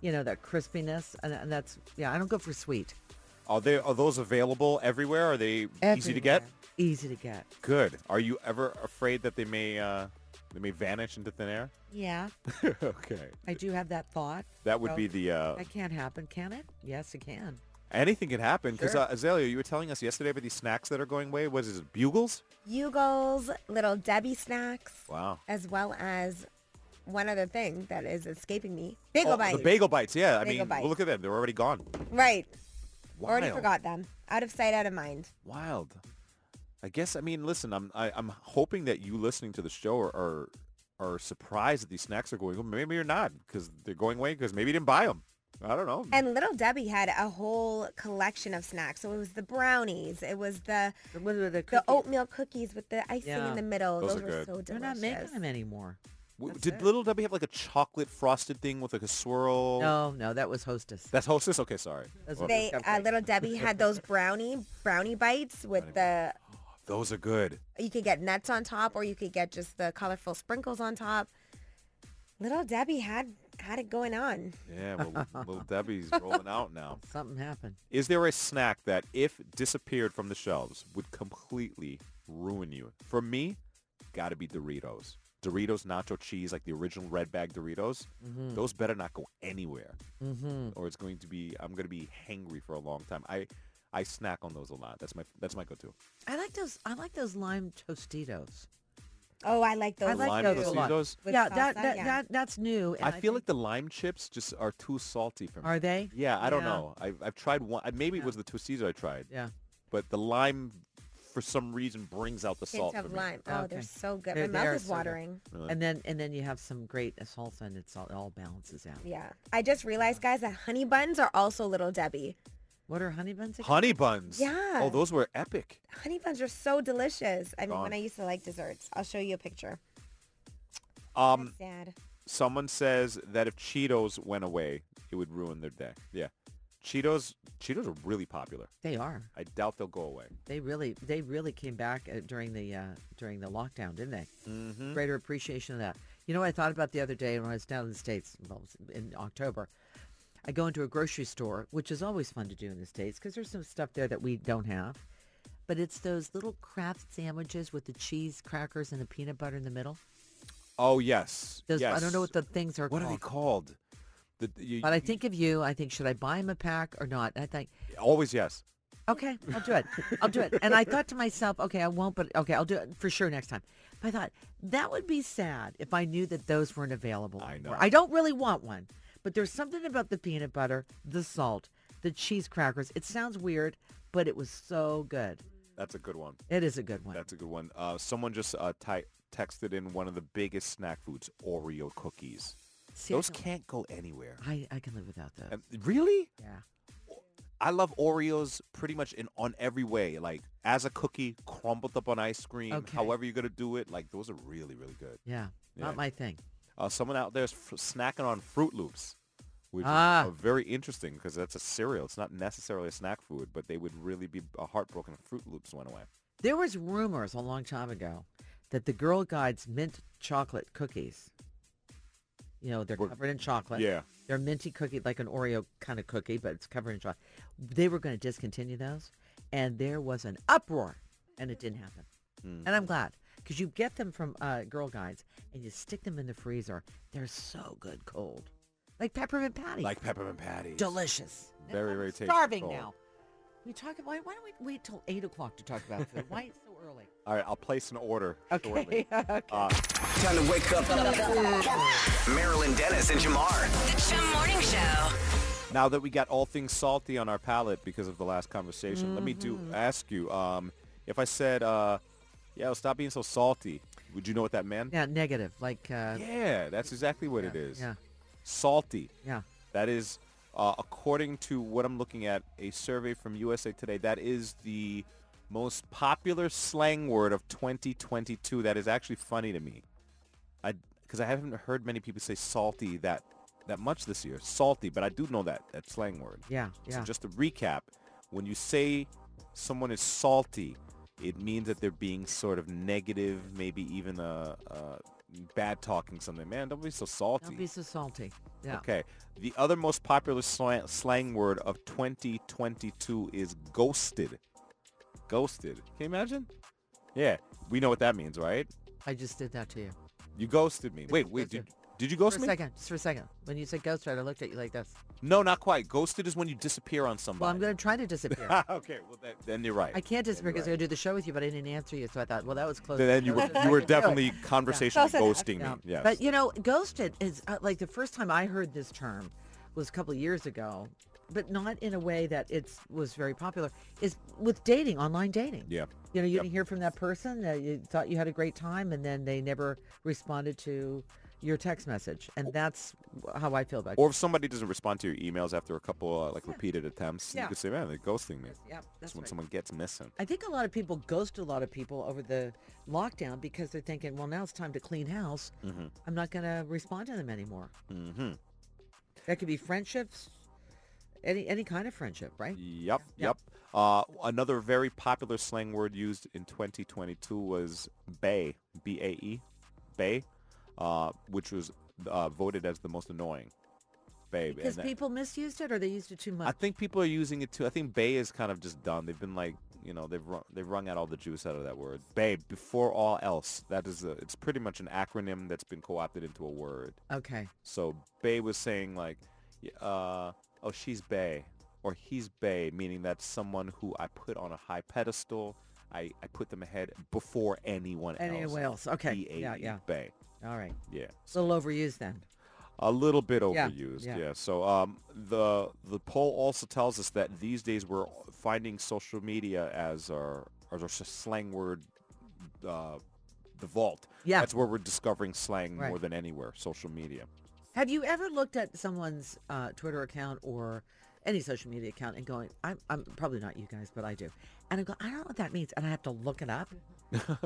[SPEAKER 4] you know, that crispiness, and, and that's yeah. I don't go for sweet.
[SPEAKER 3] Are they are those available everywhere? Are they easy to get?
[SPEAKER 4] Everywhere. Easy to get.
[SPEAKER 3] Good. Are you ever afraid that they may uh, they may vanish into thin air?
[SPEAKER 4] Yeah,
[SPEAKER 3] okay,
[SPEAKER 4] I do have that thought.
[SPEAKER 3] that would
[SPEAKER 4] So,
[SPEAKER 3] be the uh,
[SPEAKER 4] That can't happen, can it? Yes, it can.
[SPEAKER 3] anything can happen because
[SPEAKER 4] Sure.
[SPEAKER 3] uh, Azalea, you were telling us yesterday about these snacks that are going away. Was it bugles?
[SPEAKER 6] Bugles, little Debbie snacks,
[SPEAKER 3] Wow.
[SPEAKER 6] as well as one other thing that is escaping me. Bagel
[SPEAKER 3] Oh,
[SPEAKER 6] bites.
[SPEAKER 3] The bagel bites. Yeah, I
[SPEAKER 6] Bagel
[SPEAKER 3] mean,
[SPEAKER 6] bites.
[SPEAKER 3] look at them. They're already gone.
[SPEAKER 6] right.
[SPEAKER 3] Wild.
[SPEAKER 6] Already forgot them. Out of sight, out of mind.
[SPEAKER 3] Wild. I guess. I mean, listen. I'm. I, I'm hoping that you listening to the show are, are are surprised that these snacks are going. Maybe you're not because they're going away because maybe you didn't buy them. I don't know.
[SPEAKER 6] And little Debbie had a whole collection of snacks. So it was the brownies. It was the
[SPEAKER 4] The, what are the
[SPEAKER 6] the
[SPEAKER 4] cookies?
[SPEAKER 6] oatmeal cookies with the icing
[SPEAKER 4] Yeah.
[SPEAKER 6] in the middle.
[SPEAKER 3] Those
[SPEAKER 6] Those,
[SPEAKER 3] are
[SPEAKER 6] were
[SPEAKER 3] good.
[SPEAKER 6] so delicious.
[SPEAKER 4] They're not making them anymore.
[SPEAKER 3] W-
[SPEAKER 4] That's
[SPEAKER 3] Did
[SPEAKER 4] it.
[SPEAKER 3] Little Debbie have like a chocolate frosted thing with like a swirl?
[SPEAKER 4] No, no, that was Hostess.
[SPEAKER 3] That's Hostess? Okay, sorry.
[SPEAKER 4] That's
[SPEAKER 3] Well,
[SPEAKER 4] what-
[SPEAKER 6] They uh,
[SPEAKER 4] Cupcake.
[SPEAKER 6] little Debbie had those brownie brownie bites with the
[SPEAKER 3] those are good.
[SPEAKER 6] you could get nuts on top or you could get just the colorful sprinkles on top. Little Debbie had had it going on.
[SPEAKER 3] Yeah, well, Little Debbie's rolling out now.
[SPEAKER 4] Something happened.
[SPEAKER 3] Is there a snack that, if disappeared from the shelves, would completely ruin you? For me, gotta be Doritos. Doritos nacho cheese, like the original red bag Doritos,
[SPEAKER 4] Mm-hmm.
[SPEAKER 3] those better not go anywhere, or it's going to be I'm gonna be hangry for a long time. I I snack on those a lot. That's my that's my go-to.
[SPEAKER 4] I like those. I like those lime Tostitos.
[SPEAKER 8] Oh, I like those.
[SPEAKER 4] I like
[SPEAKER 3] Lime
[SPEAKER 4] those a lot.
[SPEAKER 3] Placidos?
[SPEAKER 8] With
[SPEAKER 4] yeah,
[SPEAKER 8] salsa,
[SPEAKER 4] that, that,
[SPEAKER 8] yeah.
[SPEAKER 4] that that's new. and
[SPEAKER 3] I feel like the lime chips just are too salty for me.
[SPEAKER 4] are they?
[SPEAKER 3] Yeah, I don't
[SPEAKER 4] Yeah.
[SPEAKER 3] know. I've, I've tried one. I- Maybe it was the Twisties I tried.
[SPEAKER 4] Yeah.
[SPEAKER 3] But the lime, for some reason, brings out the
[SPEAKER 8] Kids
[SPEAKER 3] salt for
[SPEAKER 8] have
[SPEAKER 3] me.
[SPEAKER 8] lime. Oh,
[SPEAKER 4] Okay.
[SPEAKER 8] they're so good.
[SPEAKER 4] They-
[SPEAKER 8] My
[SPEAKER 4] they are
[SPEAKER 8] mouth is
[SPEAKER 4] so good.
[SPEAKER 8] watering.
[SPEAKER 3] Really?
[SPEAKER 4] And then and then you have some great salsa, and it's all, it all balances out.
[SPEAKER 8] Yeah. I just realized, guys, that honey buns are also Little Debbie.
[SPEAKER 4] What are honey buns? again?
[SPEAKER 3] Honey buns.
[SPEAKER 8] Yeah.
[SPEAKER 3] Oh, those were epic.
[SPEAKER 8] Honey buns are so delicious. I mean,
[SPEAKER 3] Gone.
[SPEAKER 8] when I used to like desserts, I'll show you a picture.
[SPEAKER 3] Um,
[SPEAKER 8] Sad.
[SPEAKER 3] someone says that if Cheetos went away, it would ruin their day. Yeah. Cheetos, Cheetos are really popular.
[SPEAKER 4] They are.
[SPEAKER 3] I doubt they'll go away.
[SPEAKER 4] They really they really came back uh, during the uh, during the lockdown, didn't they? Mm-hmm. Greater appreciation of that. You know what I thought about the other day when I was down in the states well, it was in October. I go into a grocery store, which is always fun to do in the states because there's some stuff there that we don't have. But it's those little craft sandwiches with the cheese crackers and the peanut butter in the middle.
[SPEAKER 3] Oh, yes.
[SPEAKER 4] Those
[SPEAKER 3] yes.
[SPEAKER 4] I don't know what the things are
[SPEAKER 3] What are
[SPEAKER 4] called.
[SPEAKER 3] they called? The, you,
[SPEAKER 4] But I
[SPEAKER 3] you-
[SPEAKER 4] think of you. I think should I buy him a pack or not? I think
[SPEAKER 3] always yes.
[SPEAKER 4] Okay, I'll do it. I'll do it. And I thought to myself, okay, I won't, but okay, I'll do it for sure next time. But I thought that would be sad if I knew that those weren't available.
[SPEAKER 3] I
[SPEAKER 4] anymore.
[SPEAKER 3] know.
[SPEAKER 4] I don't really want one, but there's something about the peanut butter, the salt, the cheese crackers. It sounds weird, but it was so good.
[SPEAKER 3] That's a good one.
[SPEAKER 4] It is a good one.
[SPEAKER 3] That's a good one. Uh, someone just uh, ty- texted in one of the biggest snack foods, Oreo cookies.
[SPEAKER 4] See,
[SPEAKER 3] Those
[SPEAKER 4] I, don't-
[SPEAKER 3] can't go anywhere.
[SPEAKER 4] I, I can live without those.
[SPEAKER 3] And- really?
[SPEAKER 4] yeah.
[SPEAKER 3] I love Oreos pretty much in on every way. Like as a cookie, crumbled up on ice cream.
[SPEAKER 4] Okay.
[SPEAKER 3] However you're gonna do it, like those are really really good.
[SPEAKER 4] Yeah. Not
[SPEAKER 3] Yeah.
[SPEAKER 4] my thing.
[SPEAKER 3] Uh, someone out there's f- snacking on Fruit Loops, which
[SPEAKER 4] Ah.
[SPEAKER 3] is uh, very interesting because that's a cereal. It's not necessarily a snack food, but they would really be uh, heartbroken if Fruit Loops went away.
[SPEAKER 4] There was rumors a long time ago that the Girl Guides mint chocolate cookies. You know, they're
[SPEAKER 3] Were-
[SPEAKER 4] covered in chocolate.
[SPEAKER 3] Yeah.
[SPEAKER 4] They're minty cookie, like an Oreo kind of cookie, but it's covered in chocolate. They were going to discontinue those, and there was an uproar, and it didn't happen. And I'm glad because you get them from uh, Girl Guides and you stick them in the freezer. They're so good cold, like peppermint patty,
[SPEAKER 3] Like peppermint patties.
[SPEAKER 4] delicious.
[SPEAKER 3] Very,
[SPEAKER 4] I'm
[SPEAKER 3] very tasty
[SPEAKER 4] Starving
[SPEAKER 3] cold.
[SPEAKER 4] now. We talk about why don't we wait till eight o'clock to talk about food? why it's so early?
[SPEAKER 3] All right, I'll place an order shortly.
[SPEAKER 4] Okay. okay.
[SPEAKER 2] Time to wake up. Marilyn Dennis and Jamar.
[SPEAKER 1] The Chum Morning Show.
[SPEAKER 3] Now that we got all things salty on our palate because of the last conversation, let me do
[SPEAKER 4] Mm-hmm.
[SPEAKER 3] ask you, um, if I said, uh, "Yo, stop being so salty," would you know what that meant?
[SPEAKER 4] Yeah, negative. Like uh,
[SPEAKER 3] Yeah, that's exactly what it is.
[SPEAKER 4] yeah,
[SPEAKER 3] Salty.
[SPEAKER 4] yeah.
[SPEAKER 3] That is, uh, according to what I'm looking at, a survey from USA Today. That is the most popular slang word of 2022. That is actually funny to me. I because I haven't heard many people say salty that that much this year. Salty, but I do know that that slang word.
[SPEAKER 4] Yeah,
[SPEAKER 3] So
[SPEAKER 4] yeah.
[SPEAKER 3] just to recap, when you say someone is salty, it means that they're being sort of negative, maybe even uh, uh, bad talking something. Man, don't be so salty.
[SPEAKER 4] Don't be so salty. Yeah.
[SPEAKER 3] Okay. The other most popular slang, slang word of 2022 is ghosted. Ghosted. Can you imagine? Yeah. We know what that means, right?
[SPEAKER 4] I just did that to you.
[SPEAKER 3] You ghosted me. Wait, wait. Did, did you ghost
[SPEAKER 4] For a
[SPEAKER 3] me?
[SPEAKER 4] second, just for a second. When you said ghost rider, I looked at you like this.
[SPEAKER 3] No, not quite. Ghosted is when you disappear on
[SPEAKER 4] Well,
[SPEAKER 3] somebody.
[SPEAKER 4] I'm going to try to disappear.
[SPEAKER 3] okay. Well, that, then you're right.
[SPEAKER 4] I can't disappear because I'm going to do the show with you, but I didn't answer you, so I thought, well, that was close.
[SPEAKER 3] Then you were, you were definitely conversationally
[SPEAKER 8] Close
[SPEAKER 3] ghosting me.
[SPEAKER 4] Yeah.
[SPEAKER 3] Yes.
[SPEAKER 4] But you know, ghosted is uh, like the first time I heard this term was a couple of years ago, but not in a way that it was very popular. Is with dating, online dating.
[SPEAKER 3] Yeah.
[SPEAKER 4] You know, you
[SPEAKER 3] Yep.
[SPEAKER 4] didn't hear from that person. Uh, you thought you had a great time, and then they never responded to your text message, and that's how I feel about it.
[SPEAKER 3] or if somebody doesn't respond to your emails after a couple uh, like repeated attempts,
[SPEAKER 4] Yeah.
[SPEAKER 3] you could say, man, they're ghosting me.
[SPEAKER 4] yeah,
[SPEAKER 3] That's
[SPEAKER 4] that's
[SPEAKER 3] when
[SPEAKER 4] right.
[SPEAKER 3] someone gets missing.
[SPEAKER 4] I think a lot of people ghost a lot of people over the lockdown because they're thinking, well, now it's time to clean house.
[SPEAKER 3] Mm-hmm.
[SPEAKER 4] I'm not going to respond to them anymore. Mm-hmm. That could be friendships, any any kind of friendship, right?
[SPEAKER 3] Yep, yep. Uh, another very popular slang word used in 2022 was "bay," B-A-E, bay, uh, which was uh, voted as the most annoying. Bay. and
[SPEAKER 4] Because
[SPEAKER 3] that-
[SPEAKER 4] people misused it or they used it too much.
[SPEAKER 3] I think people are using it too. I think bay is kind of just done. They've been like, you know, they've run, they've wrung out all the juice out of that word. Bay before all else. That is a, it's pretty much an acronym that's been co-opted into a word.
[SPEAKER 4] okay.
[SPEAKER 3] So Bay was saying like, y- uh, oh, she's Bay or he's Bay, meaning that's someone who I put on a high pedestal. I, I put them ahead before anyone else. E,
[SPEAKER 4] Anyone else. Okay. Yeah,
[SPEAKER 3] B-A-E,
[SPEAKER 4] yeah.
[SPEAKER 3] Bay.
[SPEAKER 4] All right.
[SPEAKER 3] Yeah.
[SPEAKER 4] It's a little overused then.
[SPEAKER 3] A little bit
[SPEAKER 4] Yeah,
[SPEAKER 3] overused, yeah.
[SPEAKER 4] yeah.
[SPEAKER 3] So um, the the poll also tells us that these days we're finding social media as our as our slang word, uh, the vault.
[SPEAKER 4] Yeah.
[SPEAKER 3] That's where we're discovering slang more
[SPEAKER 4] Right.
[SPEAKER 3] than anywhere. Social media.
[SPEAKER 4] Have you ever looked at someone's uh, Twitter account or any social media account and going, I'm, I'm probably not you guys, but I do. And I go, I don't know what that means. And I have to look it up.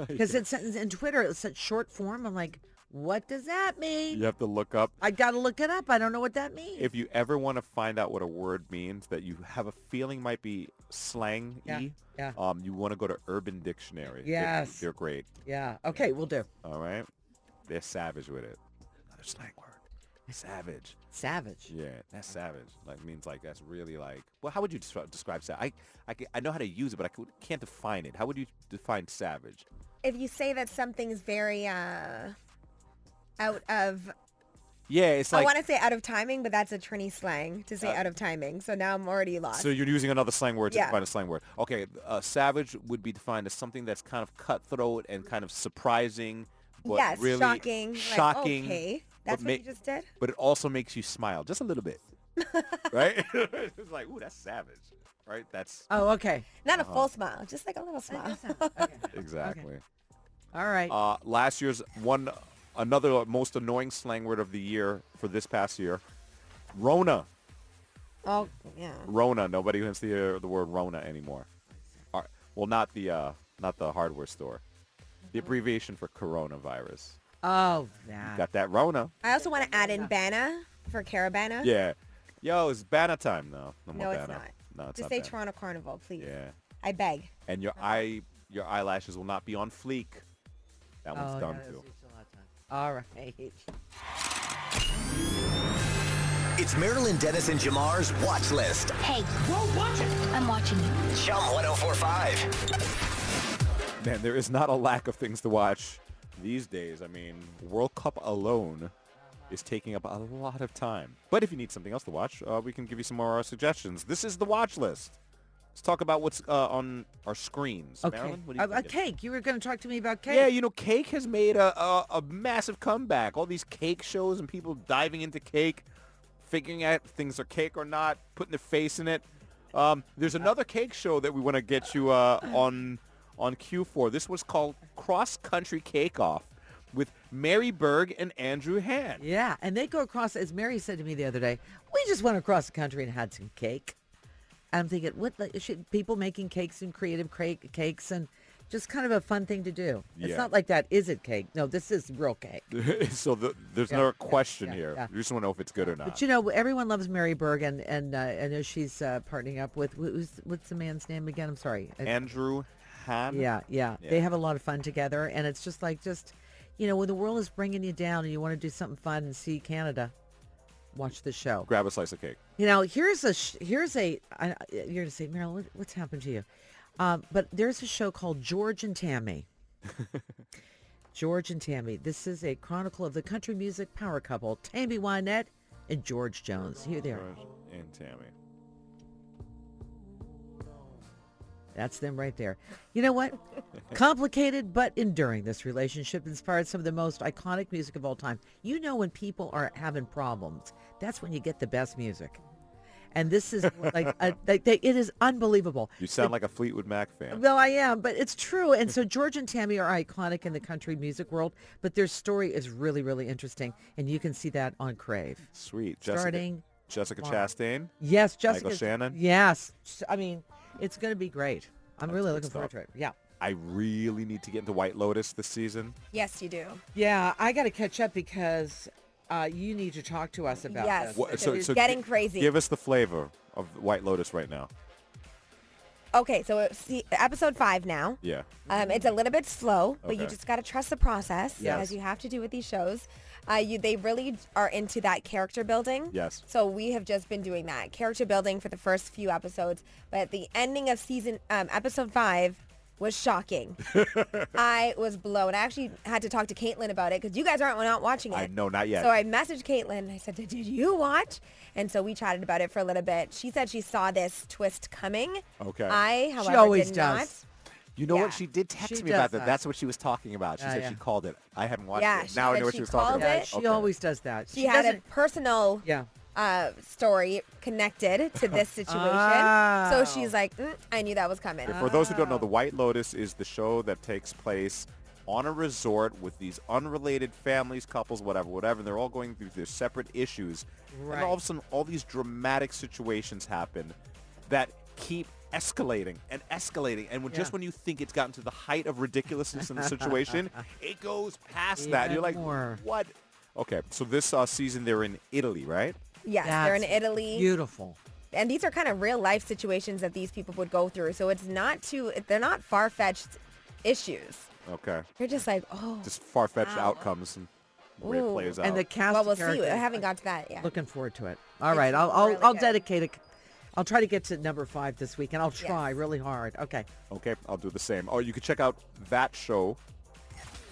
[SPEAKER 4] Because it's in Twitter, it's such short form. I'm like, what does that mean?
[SPEAKER 3] You have to look up
[SPEAKER 4] I got to look it up. I don't know what that means.
[SPEAKER 3] if you ever want to find out what a word means that you have a feeling might be slang
[SPEAKER 4] Yeah, yeah.
[SPEAKER 3] um, you want to go to Urban Dictionary. They-
[SPEAKER 4] Yes.
[SPEAKER 3] They're great.
[SPEAKER 4] yeah. Okay, we'll do.
[SPEAKER 3] All right. They're savage with it. Another slang word. Savage.
[SPEAKER 4] Savage.
[SPEAKER 3] Yeah, that's savage. Like means like that's really like. Well, how would you describe, describe savage? I, I ca- I know how to use it, but I cou- can't define it. How would you define savage?
[SPEAKER 6] If you say that something's very uh, out of,
[SPEAKER 3] Yeah, it's
[SPEAKER 6] I
[SPEAKER 3] like. Uh,
[SPEAKER 6] want to say out of timing, but that's a Trini slang to say out of timing. So now I'm already lost.
[SPEAKER 3] So you're using another slang word to
[SPEAKER 6] Yeah.
[SPEAKER 3] define a slang word. Okay, uh, savage would be defined as something that's kind of cutthroat and kind of surprising, but
[SPEAKER 6] yes,
[SPEAKER 3] really
[SPEAKER 6] shocking.
[SPEAKER 3] shocking.
[SPEAKER 6] Like, okay,
[SPEAKER 3] but
[SPEAKER 6] that's what
[SPEAKER 3] ma-
[SPEAKER 6] you just did.
[SPEAKER 3] But it also makes you smile just a little bit, right? it's like, ooh, that's savage, right? That's
[SPEAKER 4] Oh, okay.
[SPEAKER 6] Not a
[SPEAKER 3] Uh-huh.
[SPEAKER 6] full smile, just like a little smile.
[SPEAKER 4] okay.
[SPEAKER 3] exactly.
[SPEAKER 4] All right.
[SPEAKER 3] Uh, last year's one, another most annoying slang word of the year for this past year, Rona.
[SPEAKER 6] Oh, yeah.
[SPEAKER 3] Rona. Nobody wants to hear the word Rona anymore. Ar- well, not the uh, not the hardware store. The abbreviation for coronavirus.
[SPEAKER 4] oh,
[SPEAKER 6] Ah.
[SPEAKER 4] that.
[SPEAKER 3] Got that Rona?
[SPEAKER 6] I also want to add in Bana for Carabana.
[SPEAKER 3] Yeah. Yo, it's Banna time now. No, more
[SPEAKER 6] No, it's
[SPEAKER 3] Banna.
[SPEAKER 6] not.
[SPEAKER 3] No, it's
[SPEAKER 6] Just
[SPEAKER 3] not
[SPEAKER 6] say
[SPEAKER 3] Banna.
[SPEAKER 6] Toronto Carnival, please.
[SPEAKER 3] Yeah.
[SPEAKER 6] I beg.
[SPEAKER 3] And your eye, your eyelashes will not be on fleek. That one's
[SPEAKER 4] Oh,
[SPEAKER 3] dumb
[SPEAKER 4] yeah,
[SPEAKER 3] too.
[SPEAKER 4] that's a lot of time. All right.
[SPEAKER 2] It's Marilyn Dennis and Jamar's watch list.
[SPEAKER 10] Hey, whoa, watch it. I'm watching you.
[SPEAKER 2] Chum 1045.
[SPEAKER 3] Man, there is not a lack of things to watch these days. I mean, World Cup alone is taking up a lot of time. But if you need something else to watch, uh, we can give you some more suggestions. This is the watch list. Let's talk about what's uh, on our screens.
[SPEAKER 4] Okay.
[SPEAKER 3] Marilyn, what do
[SPEAKER 4] Uh,
[SPEAKER 3] you
[SPEAKER 4] uh,
[SPEAKER 3] thinking?
[SPEAKER 4] cake. You were going to talk to me about cake.
[SPEAKER 3] Yeah, you know, Cake has made a, a, a massive comeback. All these cake shows and people diving into cake, figuring out if things are cake or not, putting their face in it. Um, there's another cake show that we want to get you uh, on on Q for. This was called Cross Country Cake Off with Mary Berg and Andrew Han.
[SPEAKER 4] Yeah, and they go across, as Mary said to me the other day, we just went across the country and had some cake. I'm thinking, what, like, should people making cakes and creative cake, cakes and just kind of a fun thing to do.
[SPEAKER 3] Yeah.
[SPEAKER 4] It's not like that, is it cake? No, this is real cake.
[SPEAKER 3] so the, there's
[SPEAKER 4] Yeah,
[SPEAKER 3] another
[SPEAKER 4] yeah,
[SPEAKER 3] question
[SPEAKER 4] yeah,
[SPEAKER 3] here.
[SPEAKER 4] yeah.
[SPEAKER 3] You just want to know if it's good or not.
[SPEAKER 4] But you know, everyone loves Mary Berg, and, and uh, I know she's uh, partnering up with, who's, what's the man's name again? I'm sorry. I-
[SPEAKER 3] Andrew Han.
[SPEAKER 4] Yeah, yeah, They have a lot of fun together, and it's just like just, you know, when the world is bringing you down and you want to do something fun and see Canada, watch the show.
[SPEAKER 3] Grab a slice of cake.
[SPEAKER 4] You know, here's a sh- here's a I, you're gonna say, Meryl, what, what's happened to you? Um, but there's a show called George and Tammy. George and Tammy. This is a chronicle of the country music power couple, Tammy Wynette and George Jones. Here they are.
[SPEAKER 3] And Tammy.
[SPEAKER 4] That's them right there. You know what? Complicated but enduring, this relationship inspired some of the most iconic music of all time. You know when people are having problems, that's when you get the best music. And this is like, a, like they, it is unbelievable.
[SPEAKER 3] You sound like a Fleetwood Mac fan.
[SPEAKER 4] Though I am, but it's true.
[SPEAKER 3] Mm.
[SPEAKER 4] And so George and Tammy are iconic in the country music world, but their story is really, really interesting. And you can see that on Crave.
[SPEAKER 3] Sweet. Jessica,
[SPEAKER 4] Starting
[SPEAKER 3] Jessica
[SPEAKER 4] tomorrow.
[SPEAKER 3] Chastain.
[SPEAKER 4] Yes, Jessica.
[SPEAKER 3] Michael Shannon?
[SPEAKER 4] Yes. I mean, it's going to be great. I'm really
[SPEAKER 3] good
[SPEAKER 4] looking forward to
[SPEAKER 3] stuff.
[SPEAKER 4] it. Yeah.
[SPEAKER 3] I really need to get into White Lotus this season.
[SPEAKER 6] Yes, you do.
[SPEAKER 4] Yeah, I got to catch up because uh, you need to talk to us about
[SPEAKER 6] Yes.
[SPEAKER 4] this.
[SPEAKER 6] Wha-
[SPEAKER 3] Wha-
[SPEAKER 6] It's getting
[SPEAKER 3] gi-
[SPEAKER 6] crazy.
[SPEAKER 3] Give us the flavor of White Lotus right now.
[SPEAKER 6] Okay, so it's the- episode five now.
[SPEAKER 3] Yeah.
[SPEAKER 6] Um, it's a little bit slow, but you
[SPEAKER 3] Okay.
[SPEAKER 6] just got to trust the process,
[SPEAKER 4] Yes.
[SPEAKER 6] as you have to do with these shows. Uh, you, they really are into that character building.
[SPEAKER 3] Yes.
[SPEAKER 6] So we have just been doing that character building for the first few episodes, but at the ending of season um, episode five was shocking. I was blown. I actually had to talk to Caitlin about it because you guys aren't not watching it.
[SPEAKER 3] I know, not yet.
[SPEAKER 6] So I messaged Caitlin and I said, "Did you watch?" And so we chatted about it for a little bit. She said she saw this twist coming.
[SPEAKER 3] Okay.
[SPEAKER 6] I, however,
[SPEAKER 4] always
[SPEAKER 6] did
[SPEAKER 4] does.
[SPEAKER 6] not.
[SPEAKER 3] You know
[SPEAKER 11] Yeah.
[SPEAKER 3] what? She did text
[SPEAKER 4] She
[SPEAKER 3] me about
[SPEAKER 4] does
[SPEAKER 3] that.
[SPEAKER 4] that.
[SPEAKER 3] That's what she was talking about. She
[SPEAKER 4] Yeah,
[SPEAKER 3] said
[SPEAKER 4] yeah.
[SPEAKER 3] she called it. I haven't watched
[SPEAKER 6] Oh, Yeah,
[SPEAKER 3] it.
[SPEAKER 6] she
[SPEAKER 3] Now I
[SPEAKER 6] said
[SPEAKER 3] know what
[SPEAKER 6] she
[SPEAKER 3] she was talking
[SPEAKER 6] called
[SPEAKER 3] about.
[SPEAKER 6] it.
[SPEAKER 4] She
[SPEAKER 3] Okay.
[SPEAKER 4] always does that.
[SPEAKER 6] She, had a
[SPEAKER 4] doesn't-
[SPEAKER 6] personal
[SPEAKER 4] Yeah.
[SPEAKER 6] uh, story connected to this situation.
[SPEAKER 4] Oh.
[SPEAKER 6] So she's like, mm, I knew that was coming.
[SPEAKER 3] For those who don't
[SPEAKER 4] Ah.
[SPEAKER 3] know, The White Lotus is the show that takes place on a resort with these unrelated families, couples, whatever, whatever. And they're all going through their separate issues. And all of a sudden, all these dramatic situations happen that keep escalating and escalating. And when, just
[SPEAKER 4] Yeah.
[SPEAKER 3] when you think it's gotten to the height of ridiculousness in the situation, it goes past that. And you're
[SPEAKER 4] Even
[SPEAKER 3] like,
[SPEAKER 4] more.
[SPEAKER 3] what? Okay, so this uh, season they're in Italy, right?
[SPEAKER 6] Yes, they're in
[SPEAKER 4] That's
[SPEAKER 6] Italy.
[SPEAKER 4] Beautiful.
[SPEAKER 6] and these are kind of real life situations that these people would go through. So it's not too, they're not far-fetched issues.
[SPEAKER 3] Okay.
[SPEAKER 6] You're just like, oh,
[SPEAKER 3] Just far-fetched
[SPEAKER 6] Wow.
[SPEAKER 3] outcomes and the way it
[SPEAKER 6] Ooh.
[SPEAKER 3] plays out.
[SPEAKER 4] And the cast
[SPEAKER 6] well, we'll see.
[SPEAKER 4] characters-
[SPEAKER 6] I haven't got to that yet.
[SPEAKER 4] Looking forward to it. All
[SPEAKER 6] It's
[SPEAKER 4] right, I'll I'll,
[SPEAKER 6] really
[SPEAKER 4] I'll
[SPEAKER 6] good.
[SPEAKER 4] dedicate it. I'll try to get to number five this week, and I'll try really hard. Okay.
[SPEAKER 3] Okay, I'll do the same. Oh, you can check out that show,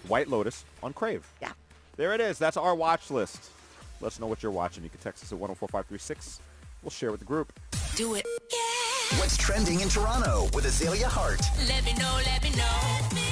[SPEAKER 3] White Lotus, on Crave.
[SPEAKER 4] Yeah.
[SPEAKER 3] There it is. That's our watch list. Let us know what you're watching. You can text us at 104536. We'll share with the group.
[SPEAKER 12] Do it.
[SPEAKER 2] What's trending in Toronto with Azalea Hart?
[SPEAKER 5] Let me know, let me know.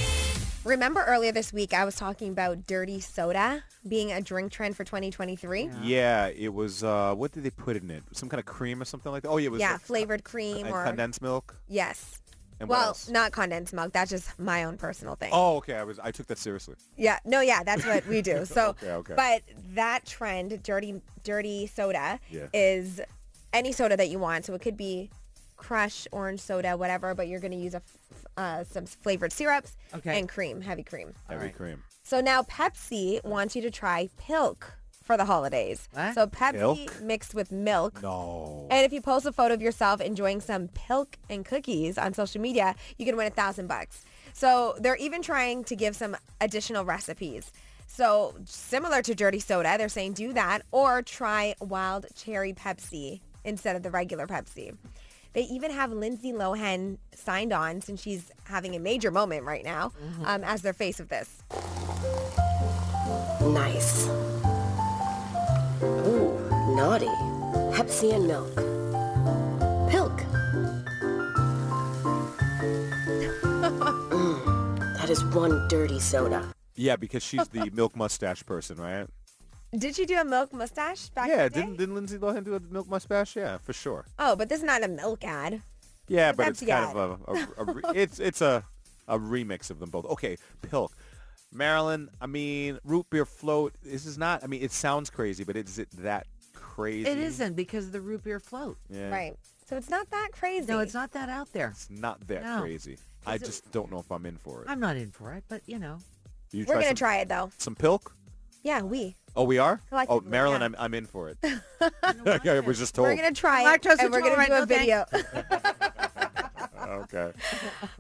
[SPEAKER 6] Remember earlier this week, I was talking about dirty soda being a drink trend for 2023? Yeah,
[SPEAKER 3] Yeah, it was, uh, what did they put in it? Some kind of cream or something like that? Oh, yeah, it was like
[SPEAKER 6] flavored cream
[SPEAKER 3] and
[SPEAKER 6] or,
[SPEAKER 3] condensed milk.
[SPEAKER 6] yes.
[SPEAKER 3] And what
[SPEAKER 6] Well,
[SPEAKER 3] else?
[SPEAKER 6] not condensed milk. That's just my own personal thing.
[SPEAKER 3] Oh, okay. I was. I took that seriously.
[SPEAKER 6] Yeah, no, yeah, that's what we do. So,
[SPEAKER 3] Okay, okay.
[SPEAKER 6] but that trend, dirty, dirty soda,
[SPEAKER 3] Yeah.
[SPEAKER 6] is any soda that you want. So it could be crush, orange soda, whatever. But you're going to use a, f- uh, some flavored syrups
[SPEAKER 4] Okay.
[SPEAKER 6] and cream, heavy cream.
[SPEAKER 3] Heavy cream.
[SPEAKER 6] So now Pepsi wants you to try Pilk for the holidays.
[SPEAKER 4] What?
[SPEAKER 6] So Pepsi
[SPEAKER 3] Pilk?
[SPEAKER 6] mixed with milk.
[SPEAKER 3] No.
[SPEAKER 6] And if you post a photo of yourself enjoying some Pilk and cookies on social media, you can win a thousand bucks. So they're even trying to give some additional recipes. So similar to dirty soda, they're saying do that or try wild cherry Pepsi instead of the regular Pepsi. They even have Lindsay Lohan signed on since she's having a major moment right now
[SPEAKER 3] Mm-hmm.
[SPEAKER 6] um, as their face of this.
[SPEAKER 1] Nice. Ooh, naughty. Pepsi and milk. Pilk. mm, that is one dirty soda.
[SPEAKER 3] Yeah, because she's the milk mustache person, right?
[SPEAKER 6] Did she do a milk mustache back
[SPEAKER 3] Yeah.
[SPEAKER 6] in the day?
[SPEAKER 3] Didn't didn't Lindsay Lohan do a milk mustache? Yeah, for sure.
[SPEAKER 6] Oh, but this is not a milk ad.
[SPEAKER 3] Yeah, but
[SPEAKER 6] that's
[SPEAKER 3] it's kind of a, a- a re- it's it's a a remix of them both. Okay, Pilk, Marilyn. I mean, root beer float. This is not. I mean, it sounds crazy, but is it that crazy?
[SPEAKER 4] It isn't because of the root beer float.
[SPEAKER 3] Yeah,
[SPEAKER 6] Right. So it's not that crazy.
[SPEAKER 4] No, it's not that out there.
[SPEAKER 3] It's not that
[SPEAKER 4] No.
[SPEAKER 3] crazy. I
[SPEAKER 4] Is it-
[SPEAKER 3] just don't know if I'm in for it.
[SPEAKER 4] I'm not in for it, but you know.
[SPEAKER 3] You
[SPEAKER 6] We're going
[SPEAKER 3] some,
[SPEAKER 6] to try it though.
[SPEAKER 3] some Pilk.
[SPEAKER 6] Yeah, we.
[SPEAKER 3] Oh, we are. Oh,
[SPEAKER 6] Collectively,
[SPEAKER 3] Marilyn,
[SPEAKER 6] yeah.
[SPEAKER 3] I'm I'm in for it. I was just told.
[SPEAKER 6] We're going to try it
[SPEAKER 4] Lactose
[SPEAKER 6] and we're going to
[SPEAKER 4] intolerant,
[SPEAKER 6] do a
[SPEAKER 4] no
[SPEAKER 6] video.
[SPEAKER 3] Okay.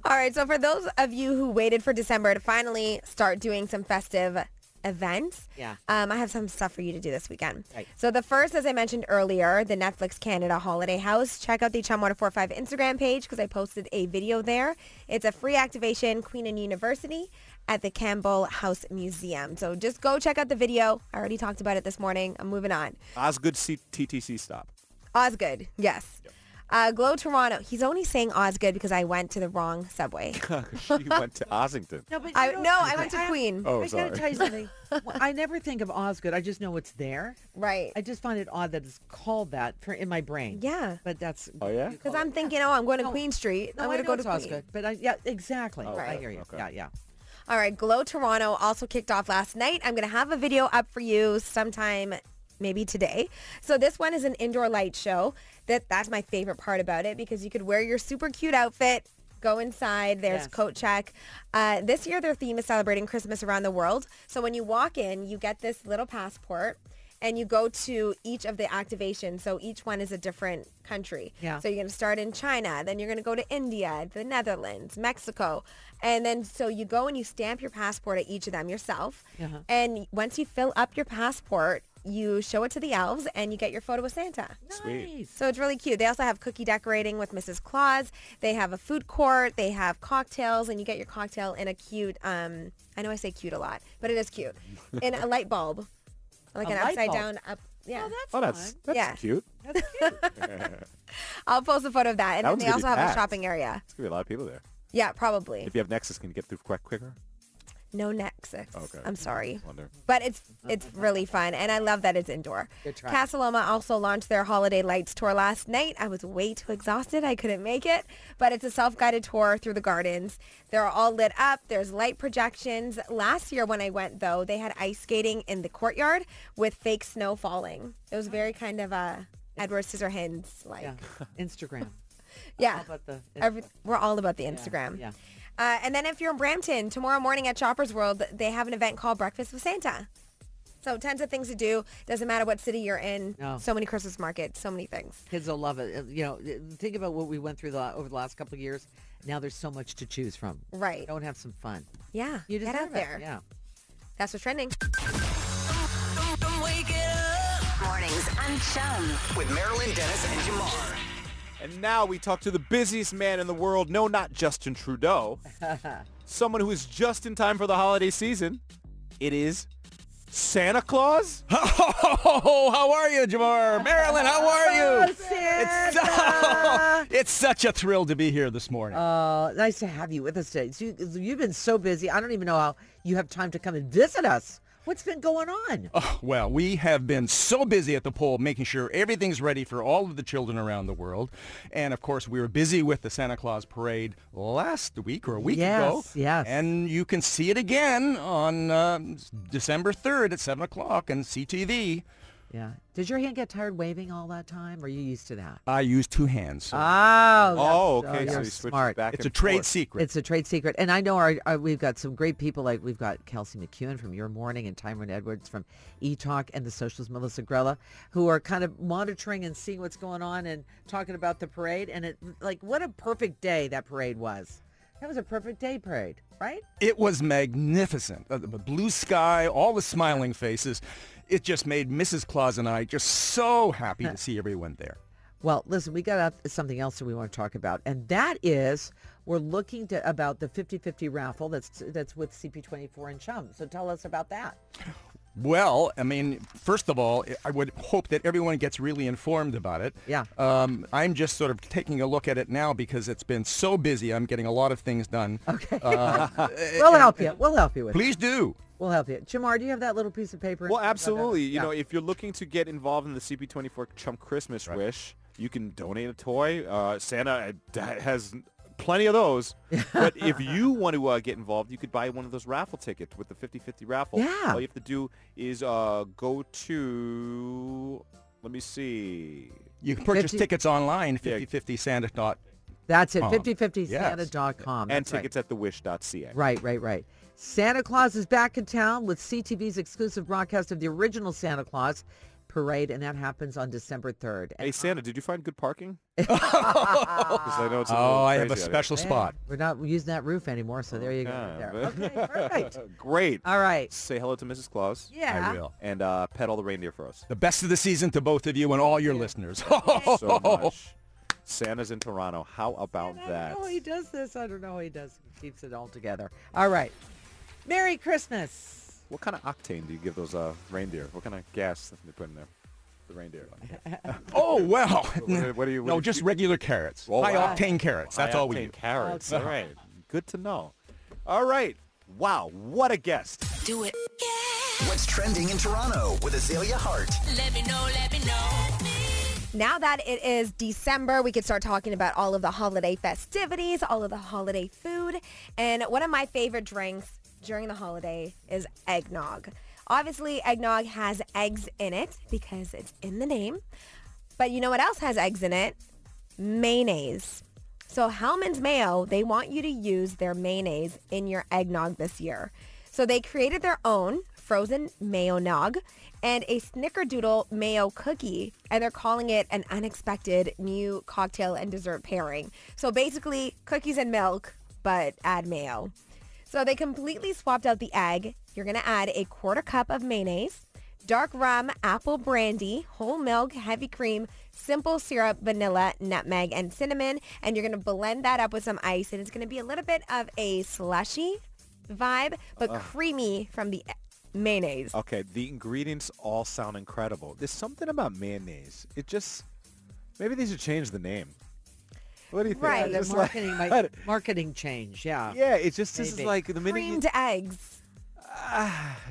[SPEAKER 6] All right. So for those of you who waited for December to finally start doing some festive events,
[SPEAKER 4] Yeah.
[SPEAKER 6] um, I have some stuff for you to do this weekend.
[SPEAKER 4] Right.
[SPEAKER 6] So the first, as I mentioned earlier, the Netflix Canada Holiday House. Check out the Chum 1045 Instagram page because I posted a video there. It's a free activation, Queen and University at the Campbell House Museum. So just go check out the video. I already talked about it this morning. I'm moving on.
[SPEAKER 3] Osgood C- TTC stop.
[SPEAKER 6] Osgood, yes. Uh, Glow Toronto. He's only saying Osgood because I went to the wrong subway.
[SPEAKER 3] she went to Ossington.
[SPEAKER 4] No, but
[SPEAKER 6] I
[SPEAKER 4] you know-
[SPEAKER 6] no, I went to Queen.
[SPEAKER 3] Oh,
[SPEAKER 4] I
[SPEAKER 3] sorry.
[SPEAKER 4] gotta tell you something. Well, I never think of Osgood. I just know it's there.
[SPEAKER 6] Right.
[SPEAKER 4] I just find it odd that it's called that for in my brain.
[SPEAKER 6] Yeah.
[SPEAKER 4] But that's
[SPEAKER 3] Oh, yeah?
[SPEAKER 6] Because I'm thinking, oh, I'm going to Queen Street.
[SPEAKER 4] No,
[SPEAKER 6] I'm
[SPEAKER 4] I
[SPEAKER 6] going to
[SPEAKER 4] know
[SPEAKER 6] go
[SPEAKER 4] it's
[SPEAKER 6] to Queen.
[SPEAKER 4] Osgood, but I, yeah, exactly. I
[SPEAKER 6] Right.
[SPEAKER 4] hear you.
[SPEAKER 3] Oh, okay.
[SPEAKER 4] Yeah, yeah.
[SPEAKER 6] All right, Glow Toronto also kicked off last night. I'm going to have a video up for you sometime maybe today. So this one is an indoor light show. That that's my favorite part about it because you could wear your super cute outfit, go inside, there's
[SPEAKER 4] Yes.
[SPEAKER 6] coat check. Uh, this year their theme is celebrating Christmas around the world. So when you walk in, you get this little passport and you go to each of the activations. So each one is a different country.
[SPEAKER 4] Yeah.
[SPEAKER 6] So you're going to start in China, then you're going to go to India, the Netherlands, Mexico. And then so you go and you stamp your passport at each of them yourself.
[SPEAKER 4] Uh-huh.
[SPEAKER 6] And once you fill up your passport, you show it to the elves and you get your photo with Santa.
[SPEAKER 3] Sweet.
[SPEAKER 4] Nice.
[SPEAKER 6] So it's really cute. They also have cookie decorating with Mrs. Claus. They have a food court. They have cocktails, and you get your cocktail in a cute. Um, I know I say cute a lot, but it is cute. In a light bulb, like
[SPEAKER 4] A
[SPEAKER 6] an
[SPEAKER 4] light
[SPEAKER 6] upside
[SPEAKER 4] bulb?
[SPEAKER 6] down up. Yeah,
[SPEAKER 4] Oh, that's
[SPEAKER 3] Oh, that's
[SPEAKER 4] fun.
[SPEAKER 3] that's
[SPEAKER 6] Yeah.
[SPEAKER 3] cute.
[SPEAKER 6] I'll post a photo of that, and
[SPEAKER 3] That
[SPEAKER 6] then
[SPEAKER 3] one's
[SPEAKER 6] they
[SPEAKER 3] gonna
[SPEAKER 6] also
[SPEAKER 3] be
[SPEAKER 6] have a
[SPEAKER 3] packed.
[SPEAKER 6] shopping area.
[SPEAKER 3] It's gonna be a lot of people there.
[SPEAKER 6] Yeah, probably.
[SPEAKER 3] If you have Nexus, can you get through quick quicker?
[SPEAKER 6] no Nexus.
[SPEAKER 3] Okay.
[SPEAKER 6] I'm sorry.
[SPEAKER 3] Wonder.
[SPEAKER 6] But it's it's really fun, and I love that it's indoor.
[SPEAKER 4] Good try.
[SPEAKER 6] Casaloma also launched their Holiday Lights tour last night. I was way too exhausted. I couldn't make it, but it's a self-guided tour through the gardens. They're all lit up. There's light projections. Last year when I went, though, they had ice skating in the courtyard with fake snow falling. It was very kind of a Edward Scissorhands like.
[SPEAKER 4] Yeah. Instagram.
[SPEAKER 6] Yeah.
[SPEAKER 4] How about the
[SPEAKER 6] Every, we're all about the Instagram.
[SPEAKER 4] yeah.
[SPEAKER 6] Uh, and then if you're in Brampton, tomorrow morning at Shoppers World, they have an event called Breakfast with Santa. So tons of things to do. Doesn't matter what city you're in.
[SPEAKER 4] No.
[SPEAKER 6] So many Christmas markets, so many things.
[SPEAKER 4] Kids will love it. Uh, You know, uh, think about what we went through the, over the last couple of years. Now there's so much to choose from.
[SPEAKER 6] Right.
[SPEAKER 4] Don't have some fun.
[SPEAKER 6] Yeah.
[SPEAKER 4] You
[SPEAKER 6] get
[SPEAKER 4] deserve
[SPEAKER 6] out
[SPEAKER 4] it.
[SPEAKER 6] there.
[SPEAKER 4] Yeah.
[SPEAKER 6] That's what's trending.
[SPEAKER 1] Mornings on Chum.
[SPEAKER 2] With Marilyn, Dennis, and Jamar.
[SPEAKER 3] And now we talk to the busiest man in the world. No, not Justin Trudeau. Someone who is just in time for the holiday season. It is Santa Claus.
[SPEAKER 13] Oh, how are you, Jamar? Marilyn, how are you? It's, it's such a thrill to be here this morning.
[SPEAKER 4] Uh, nice to have you with us today. So you, you've been so busy. I don't even know how you have time to come and visit us. What's been going on?
[SPEAKER 13] Oh, well, we have been so busy at the poll making sure everything's ready for all of the children around the world. And of course, we were busy with the Santa Claus parade last week or a week ago.
[SPEAKER 4] Yes, yes.
[SPEAKER 13] And you can see it again on um, December 3rd at 7 o'clock on CTV.
[SPEAKER 4] yeah. Did your hand get tired waving all that time? Or are you used to that?
[SPEAKER 13] I use two hands. so
[SPEAKER 4] Oh.
[SPEAKER 3] Oh,
[SPEAKER 4] that's-
[SPEAKER 3] okay. so
[SPEAKER 4] you're
[SPEAKER 3] he switches
[SPEAKER 4] smart.
[SPEAKER 3] back.
[SPEAKER 13] it's a
[SPEAKER 3] and
[SPEAKER 13] trade
[SPEAKER 3] forth.
[SPEAKER 13] secret.
[SPEAKER 4] It's a trade secret, and I know our, our we've got some great people. Like we've got Kelsey McEwen from Your Morning and Tyrone Edwards from eTalk and the Socials Melissa Grella, who are kind of monitoring and seeing what's going on and talking about the parade. And it like what a perfect day that parade was. That was a perfect day parade, right?
[SPEAKER 13] It was magnificent. Uh, The blue sky, all the smiling faces. It just made Mrs. Claus and I just so happy
[SPEAKER 4] Uh.
[SPEAKER 13] to see everyone there.
[SPEAKER 4] Well, listen, we got out something else that we want to talk about, and that is we're looking to about the 50-50 raffle that's that's with CP24 and Chum. So tell us about that.
[SPEAKER 13] Well, I mean, first of all, I would hope that everyone gets really informed about it.
[SPEAKER 4] Yeah.
[SPEAKER 13] Um, I'm just sort of taking a look at it now because it's been so busy. I'm getting a lot of things done. Okay.
[SPEAKER 4] We'll help you. We'll help you with. it.
[SPEAKER 13] please do.
[SPEAKER 4] We'll help you. Jamar, do you have that little piece of paper? in
[SPEAKER 3] Well,
[SPEAKER 4] front of
[SPEAKER 3] absolutely.
[SPEAKER 4] us?
[SPEAKER 3] You
[SPEAKER 4] Yeah.
[SPEAKER 3] know, if you're looking to get involved in the CP24 Chump Christmas Wish, you can donate a toy. Uh, Santa uh, d- has plenty of those. but if you want to uh, get involved, you could buy one of those raffle tickets with the 50-50 raffle.
[SPEAKER 4] Yeah.
[SPEAKER 3] All you have to do is uh, go to, let me see.
[SPEAKER 13] You can purchase
[SPEAKER 4] 50
[SPEAKER 13] tickets online, 5050santa.com.
[SPEAKER 4] that's it.
[SPEAKER 13] Um,
[SPEAKER 4] 5050santa.com.
[SPEAKER 3] And
[SPEAKER 4] Mm, That's right.
[SPEAKER 3] tickets at thewish.ca.
[SPEAKER 4] Right, right, right. Santa Claus is back in town with CTV's exclusive broadcast of the original Santa Claus parade, and that happens on December 3rd. And
[SPEAKER 3] Hey, Santa, did you find good parking? 'Cause I know it's a little
[SPEAKER 13] Oh, I have a
[SPEAKER 3] crazy out here.
[SPEAKER 13] special spot.
[SPEAKER 4] we're not using that roof anymore, so there you go. right there.
[SPEAKER 3] Okay,
[SPEAKER 4] Okay, perfect.
[SPEAKER 3] Great.
[SPEAKER 4] All right.
[SPEAKER 3] Say hello to Mrs. Claus.
[SPEAKER 4] Yeah.
[SPEAKER 13] I will.
[SPEAKER 3] And uh, pet all the reindeer for us.
[SPEAKER 13] The best of the season to both of you and all your listeners.
[SPEAKER 4] Oh.
[SPEAKER 3] so much. Santa's in Toronto. How about
[SPEAKER 4] I
[SPEAKER 3] that?
[SPEAKER 4] don't know how he does this. I don't know how he does. He keeps it all together. All right. Merry Christmas.
[SPEAKER 3] What kind of octane do you give those uh, reindeer? What kind of gas they put in there? The reindeer.
[SPEAKER 13] Oh well.
[SPEAKER 3] What- what do you- what
[SPEAKER 13] no,
[SPEAKER 3] do you
[SPEAKER 13] just
[SPEAKER 3] keep-
[SPEAKER 13] regular carrots.
[SPEAKER 3] Well,
[SPEAKER 13] High
[SPEAKER 3] wow.
[SPEAKER 13] octane carrots. That's all we
[SPEAKER 3] High-octane
[SPEAKER 13] do.
[SPEAKER 3] Carrots. All right. Good to know. All right. Wow. What a guest.
[SPEAKER 14] Do it.
[SPEAKER 2] What's trending in Toronto with Azalea Hart?
[SPEAKER 14] Let me know, let me know.
[SPEAKER 6] Now that it is December, we could start talking about all of the holiday festivities, all of the holiday food. And one of my favorite drinks during the holiday is eggnog. Obviously, eggnog has eggs in it because it's in the name. But you know what else has eggs in it? Mayonnaise. So Hellman's Mayo, they want you to use their mayonnaise in your eggnog this year. So they created their own frozen mayo nog and a snickerdoodle mayo cookie and they're calling it an unexpected new cocktail and dessert pairing. So basically cookies and milk, but add mayo. So they completely swapped out the egg. You're going to add a quarter cup of mayonnaise, dark rum, apple brandy, whole milk, heavy cream, simple syrup, vanilla, nutmeg, and cinnamon. And you're going to blend that up with some ice. And it's going to be a little bit of a slushy vibe, but creamy from the mayonnaise.
[SPEAKER 3] Okay, the ingredients all sound incredible. There's something about mayonnaise. It just maybe they should change the name. What do you think?
[SPEAKER 4] Yeah,
[SPEAKER 3] I'm
[SPEAKER 4] the
[SPEAKER 3] just like-
[SPEAKER 4] marketing might, marketing change. Yeah.
[SPEAKER 3] yeah, it's just this is
[SPEAKER 4] Maybe.
[SPEAKER 3] like the minute you-
[SPEAKER 6] Creamed eggs.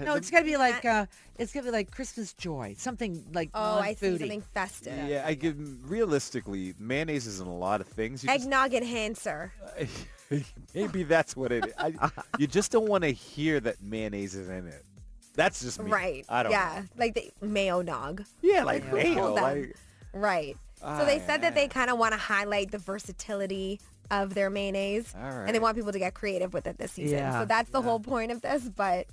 [SPEAKER 4] No, it's gotta be like uh, it's gonna be like Christmas joy, something like
[SPEAKER 6] Oh, I see
[SPEAKER 4] non-foodie.
[SPEAKER 6] something festive.
[SPEAKER 3] yeah, I give realistically mayonnaise is in a lot of things. You just-
[SPEAKER 6] Eggnog enhancer.
[SPEAKER 3] maybe that's what it. I, you just don't want to hear that mayonnaise is in it. That's just me.
[SPEAKER 6] Right.
[SPEAKER 3] I don't.
[SPEAKER 6] yeah. Like the mayo nog.
[SPEAKER 3] Know. Yeah, like
[SPEAKER 6] who
[SPEAKER 3] mayo,
[SPEAKER 6] told them?
[SPEAKER 3] like
[SPEAKER 6] Right. so they said that they kind of want to highlight the versatility of their mayonnaise.
[SPEAKER 3] All
[SPEAKER 6] And they
[SPEAKER 3] right.
[SPEAKER 6] want people to get creative with it this season.
[SPEAKER 4] Yeah,
[SPEAKER 6] So that's the whole point of this. But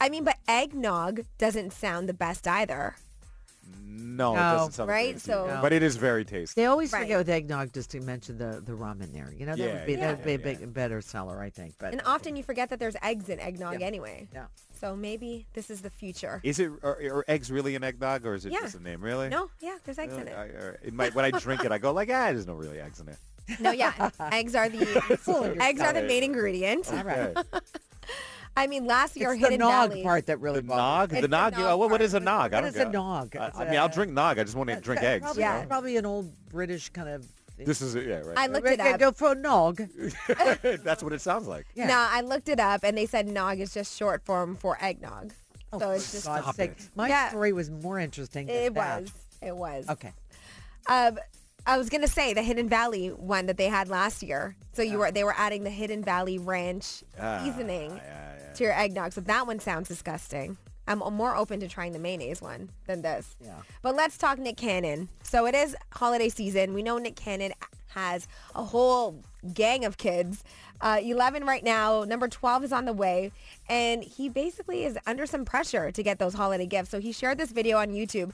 [SPEAKER 6] I mean, but eggnog doesn't sound the best either.
[SPEAKER 3] no, it
[SPEAKER 4] No.
[SPEAKER 3] doesn't sound
[SPEAKER 6] Right?
[SPEAKER 3] good.
[SPEAKER 6] So-
[SPEAKER 3] but it is very tasty.
[SPEAKER 4] They always
[SPEAKER 6] Right.
[SPEAKER 4] forget with eggnog just to mention the, the rum in there. You know, that
[SPEAKER 3] Yeah,
[SPEAKER 4] would be that would be
[SPEAKER 3] yeah,
[SPEAKER 4] a big, better seller, I think. But
[SPEAKER 6] And often you forget that there's eggs in eggnog
[SPEAKER 4] Yeah.
[SPEAKER 6] anyway.
[SPEAKER 4] yeah.
[SPEAKER 6] So maybe this is the future.
[SPEAKER 3] Is it are, are eggs really an eggnog or is it
[SPEAKER 6] Yeah.
[SPEAKER 3] just a name? Really?
[SPEAKER 6] No, yeah, there's eggs in
[SPEAKER 3] Really? I-
[SPEAKER 6] it.
[SPEAKER 3] I- it might, when I drink it, I go like, ah, there's no really eggs in it.
[SPEAKER 6] No, yeah, eggs are the eggs are the main ingredient.
[SPEAKER 4] All right.
[SPEAKER 3] Okay.
[SPEAKER 6] I mean, last year
[SPEAKER 4] Uh, It's the
[SPEAKER 6] Hidden
[SPEAKER 4] nog
[SPEAKER 6] Valley.
[SPEAKER 4] part that really
[SPEAKER 3] The
[SPEAKER 4] bothers
[SPEAKER 3] nog,
[SPEAKER 6] It's
[SPEAKER 3] the
[SPEAKER 6] the
[SPEAKER 3] nog.
[SPEAKER 6] nog
[SPEAKER 3] yeah, what, what
[SPEAKER 6] part.
[SPEAKER 3] is a nog? I
[SPEAKER 4] What
[SPEAKER 3] don't
[SPEAKER 4] is a
[SPEAKER 3] get-
[SPEAKER 4] nog? Uh,
[SPEAKER 3] I,
[SPEAKER 4] It's
[SPEAKER 3] I mean, I'll
[SPEAKER 4] a-
[SPEAKER 3] drink nog. I just want to drink
[SPEAKER 4] Pro-
[SPEAKER 3] eggs.
[SPEAKER 4] Probably,
[SPEAKER 3] you
[SPEAKER 6] yeah.
[SPEAKER 3] know?
[SPEAKER 4] probably an old British kind of. Thing.
[SPEAKER 3] This is it. Yeah, right.
[SPEAKER 6] I looked
[SPEAKER 4] We
[SPEAKER 6] it
[SPEAKER 4] could
[SPEAKER 6] up.
[SPEAKER 4] Go for a nog.
[SPEAKER 3] That's what it sounds like.
[SPEAKER 4] Yeah.
[SPEAKER 6] No, I looked it up and they said nog is just short form for eggnog.
[SPEAKER 4] Oh,
[SPEAKER 6] so
[SPEAKER 4] for
[SPEAKER 6] it's just
[SPEAKER 4] God's sake. My
[SPEAKER 6] Yeah.
[SPEAKER 4] story was more interesting. Than
[SPEAKER 6] it
[SPEAKER 4] that.
[SPEAKER 6] was. It was.
[SPEAKER 4] Okay.
[SPEAKER 6] Um, I was gonna say the Hidden Valley one that they had last year. So you were they were adding the Hidden Valley Ranch seasoning to your eggnog. So that one sounds disgusting. I'm more open to trying the mayonnaise one than this.
[SPEAKER 4] Yeah.
[SPEAKER 6] But let's talk Nick Cannon. So it is holiday season. We know Nick Cannon has a whole gang of kids. Uh, 11 right now. Number 12 is on the way. And he basically is under some pressure to get those holiday gifts. So he shared this video on YouTube.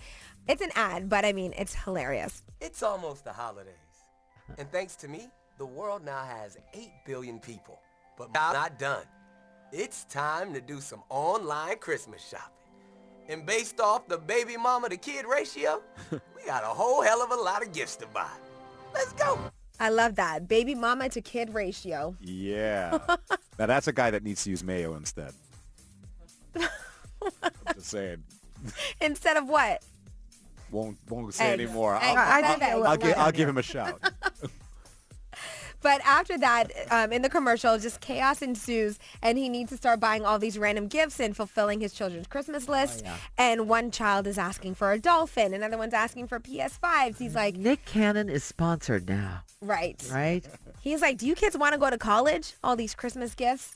[SPEAKER 6] It's an ad, but I mean, it's hilarious.
[SPEAKER 9] It's almost the holidays. And thanks to me, the world now has 8 billion people. But I'm not done. It's time to do some online Christmas shopping. And based off the baby mama to kid ratio, we got a whole hell of a lot of gifts to buy. Let's go.
[SPEAKER 6] I love that. Baby mama to kid ratio.
[SPEAKER 3] Yeah. now that's a guy that needs to use mayo instead. I'm just saying.
[SPEAKER 6] Instead of what?
[SPEAKER 3] Won't won't say
[SPEAKER 6] Eggs.
[SPEAKER 3] anymore.
[SPEAKER 6] Eggs.
[SPEAKER 3] I'll,
[SPEAKER 6] I think
[SPEAKER 3] I'll-
[SPEAKER 6] I
[SPEAKER 3] I'll
[SPEAKER 6] would
[SPEAKER 3] gi-
[SPEAKER 6] love
[SPEAKER 3] I'll give him a shout.
[SPEAKER 6] But after that, um, in the commercial, just chaos ensues, and he needs to start buying all these random gifts and fulfilling his children's Christmas list.
[SPEAKER 4] Oh,
[SPEAKER 6] And one child is asking for a dolphin, another one's asking for PS5s. He's like,
[SPEAKER 4] Nick Cannon is sponsored now,
[SPEAKER 6] right.
[SPEAKER 4] right?
[SPEAKER 6] He's like, do you kids want to go to college? All these Christmas gifts.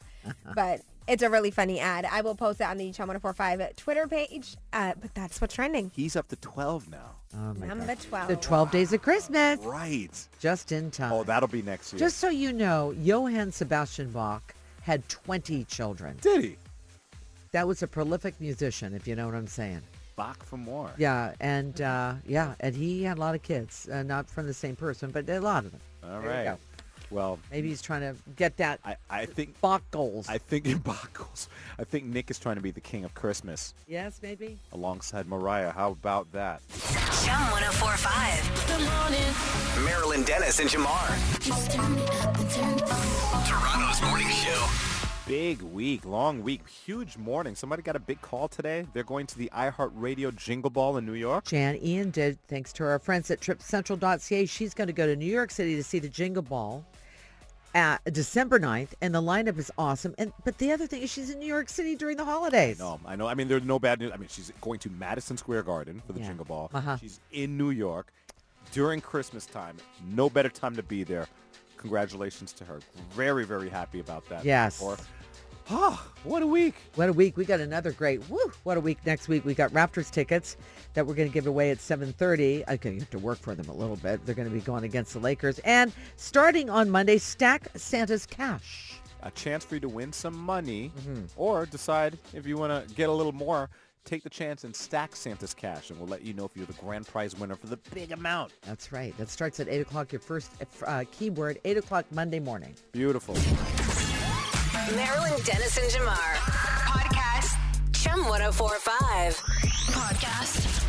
[SPEAKER 6] But it's a really funny ad. I will post it on the Chum 1045 Twitter page. Uh, but that's what's trending.
[SPEAKER 3] He's up to 12 now.
[SPEAKER 4] Oh my
[SPEAKER 6] Number
[SPEAKER 4] God.
[SPEAKER 6] 12.
[SPEAKER 4] The 12 Days of Christmas,
[SPEAKER 3] Right.
[SPEAKER 4] just in time.
[SPEAKER 3] Oh, that'll be next year.
[SPEAKER 4] Just so you know, Johann Sebastian Bach had 20 children.
[SPEAKER 3] did he?
[SPEAKER 4] That was a prolific musician, if you know what I'm saying.
[SPEAKER 3] Bach for more.
[SPEAKER 4] Yeah, and uh, yeah, and he had a lot of kids, uh, not from the same person, but a lot of them.
[SPEAKER 3] All
[SPEAKER 4] There you
[SPEAKER 3] right.
[SPEAKER 4] go.
[SPEAKER 3] Well,
[SPEAKER 4] Maybe he's trying to get that
[SPEAKER 3] I, I think
[SPEAKER 4] Bach goals.
[SPEAKER 3] I think in Bach goes- I think Nick is trying to be the king of Christmas
[SPEAKER 4] yes, maybe.
[SPEAKER 3] alongside Mariah. How about that?
[SPEAKER 1] Chum 1045.
[SPEAKER 5] The morning.
[SPEAKER 2] Marilyn Dennis and Jamar.
[SPEAKER 5] Just turn me up and turn
[SPEAKER 2] Toronto's morning show.
[SPEAKER 3] Big week, long week, huge morning. Somebody got a big call today. They're going to the iHeartRadio Jingle Ball in New York.
[SPEAKER 4] Jan Ian did, thanks to our friends at TripCentral.ca. She's going to go to New York City to see the Jingle Ball at December 9th, and the lineup is awesome. And But the other thing is she's in New York City during the holidays.
[SPEAKER 3] No, Um, I know. I mean, there's no bad news. I mean, she's going to Madison Square Garden for the
[SPEAKER 4] Yeah.
[SPEAKER 3] Jingle Ball.
[SPEAKER 4] Uh-huh.
[SPEAKER 3] She's in New York during Christmas time. No better time to be there. Congratulations to her. Very, very happy about that.
[SPEAKER 4] Yes.
[SPEAKER 3] Or, oh, what a week.
[SPEAKER 4] What a week. We got another great, woo, what a week next week. We got Raptors tickets that we're going to give away at 7.30. Okay, you have to work for them a little bit. They're going to be going against the Lakers. And starting on Monday, stack Santa's cash.
[SPEAKER 3] a chance for you to win some money or decide if you want to get a little more take the chance and stack santa's cash and we'll let you know if you're the grand prize winner for the big amount
[SPEAKER 4] That's right. That starts at 8 o'clock. Your first uh, keyword, 8 o'clock Monday morning.
[SPEAKER 3] beautiful
[SPEAKER 1] Marilyn oh Dennis and Jamar. Podcast. Chum 1045. Podcast.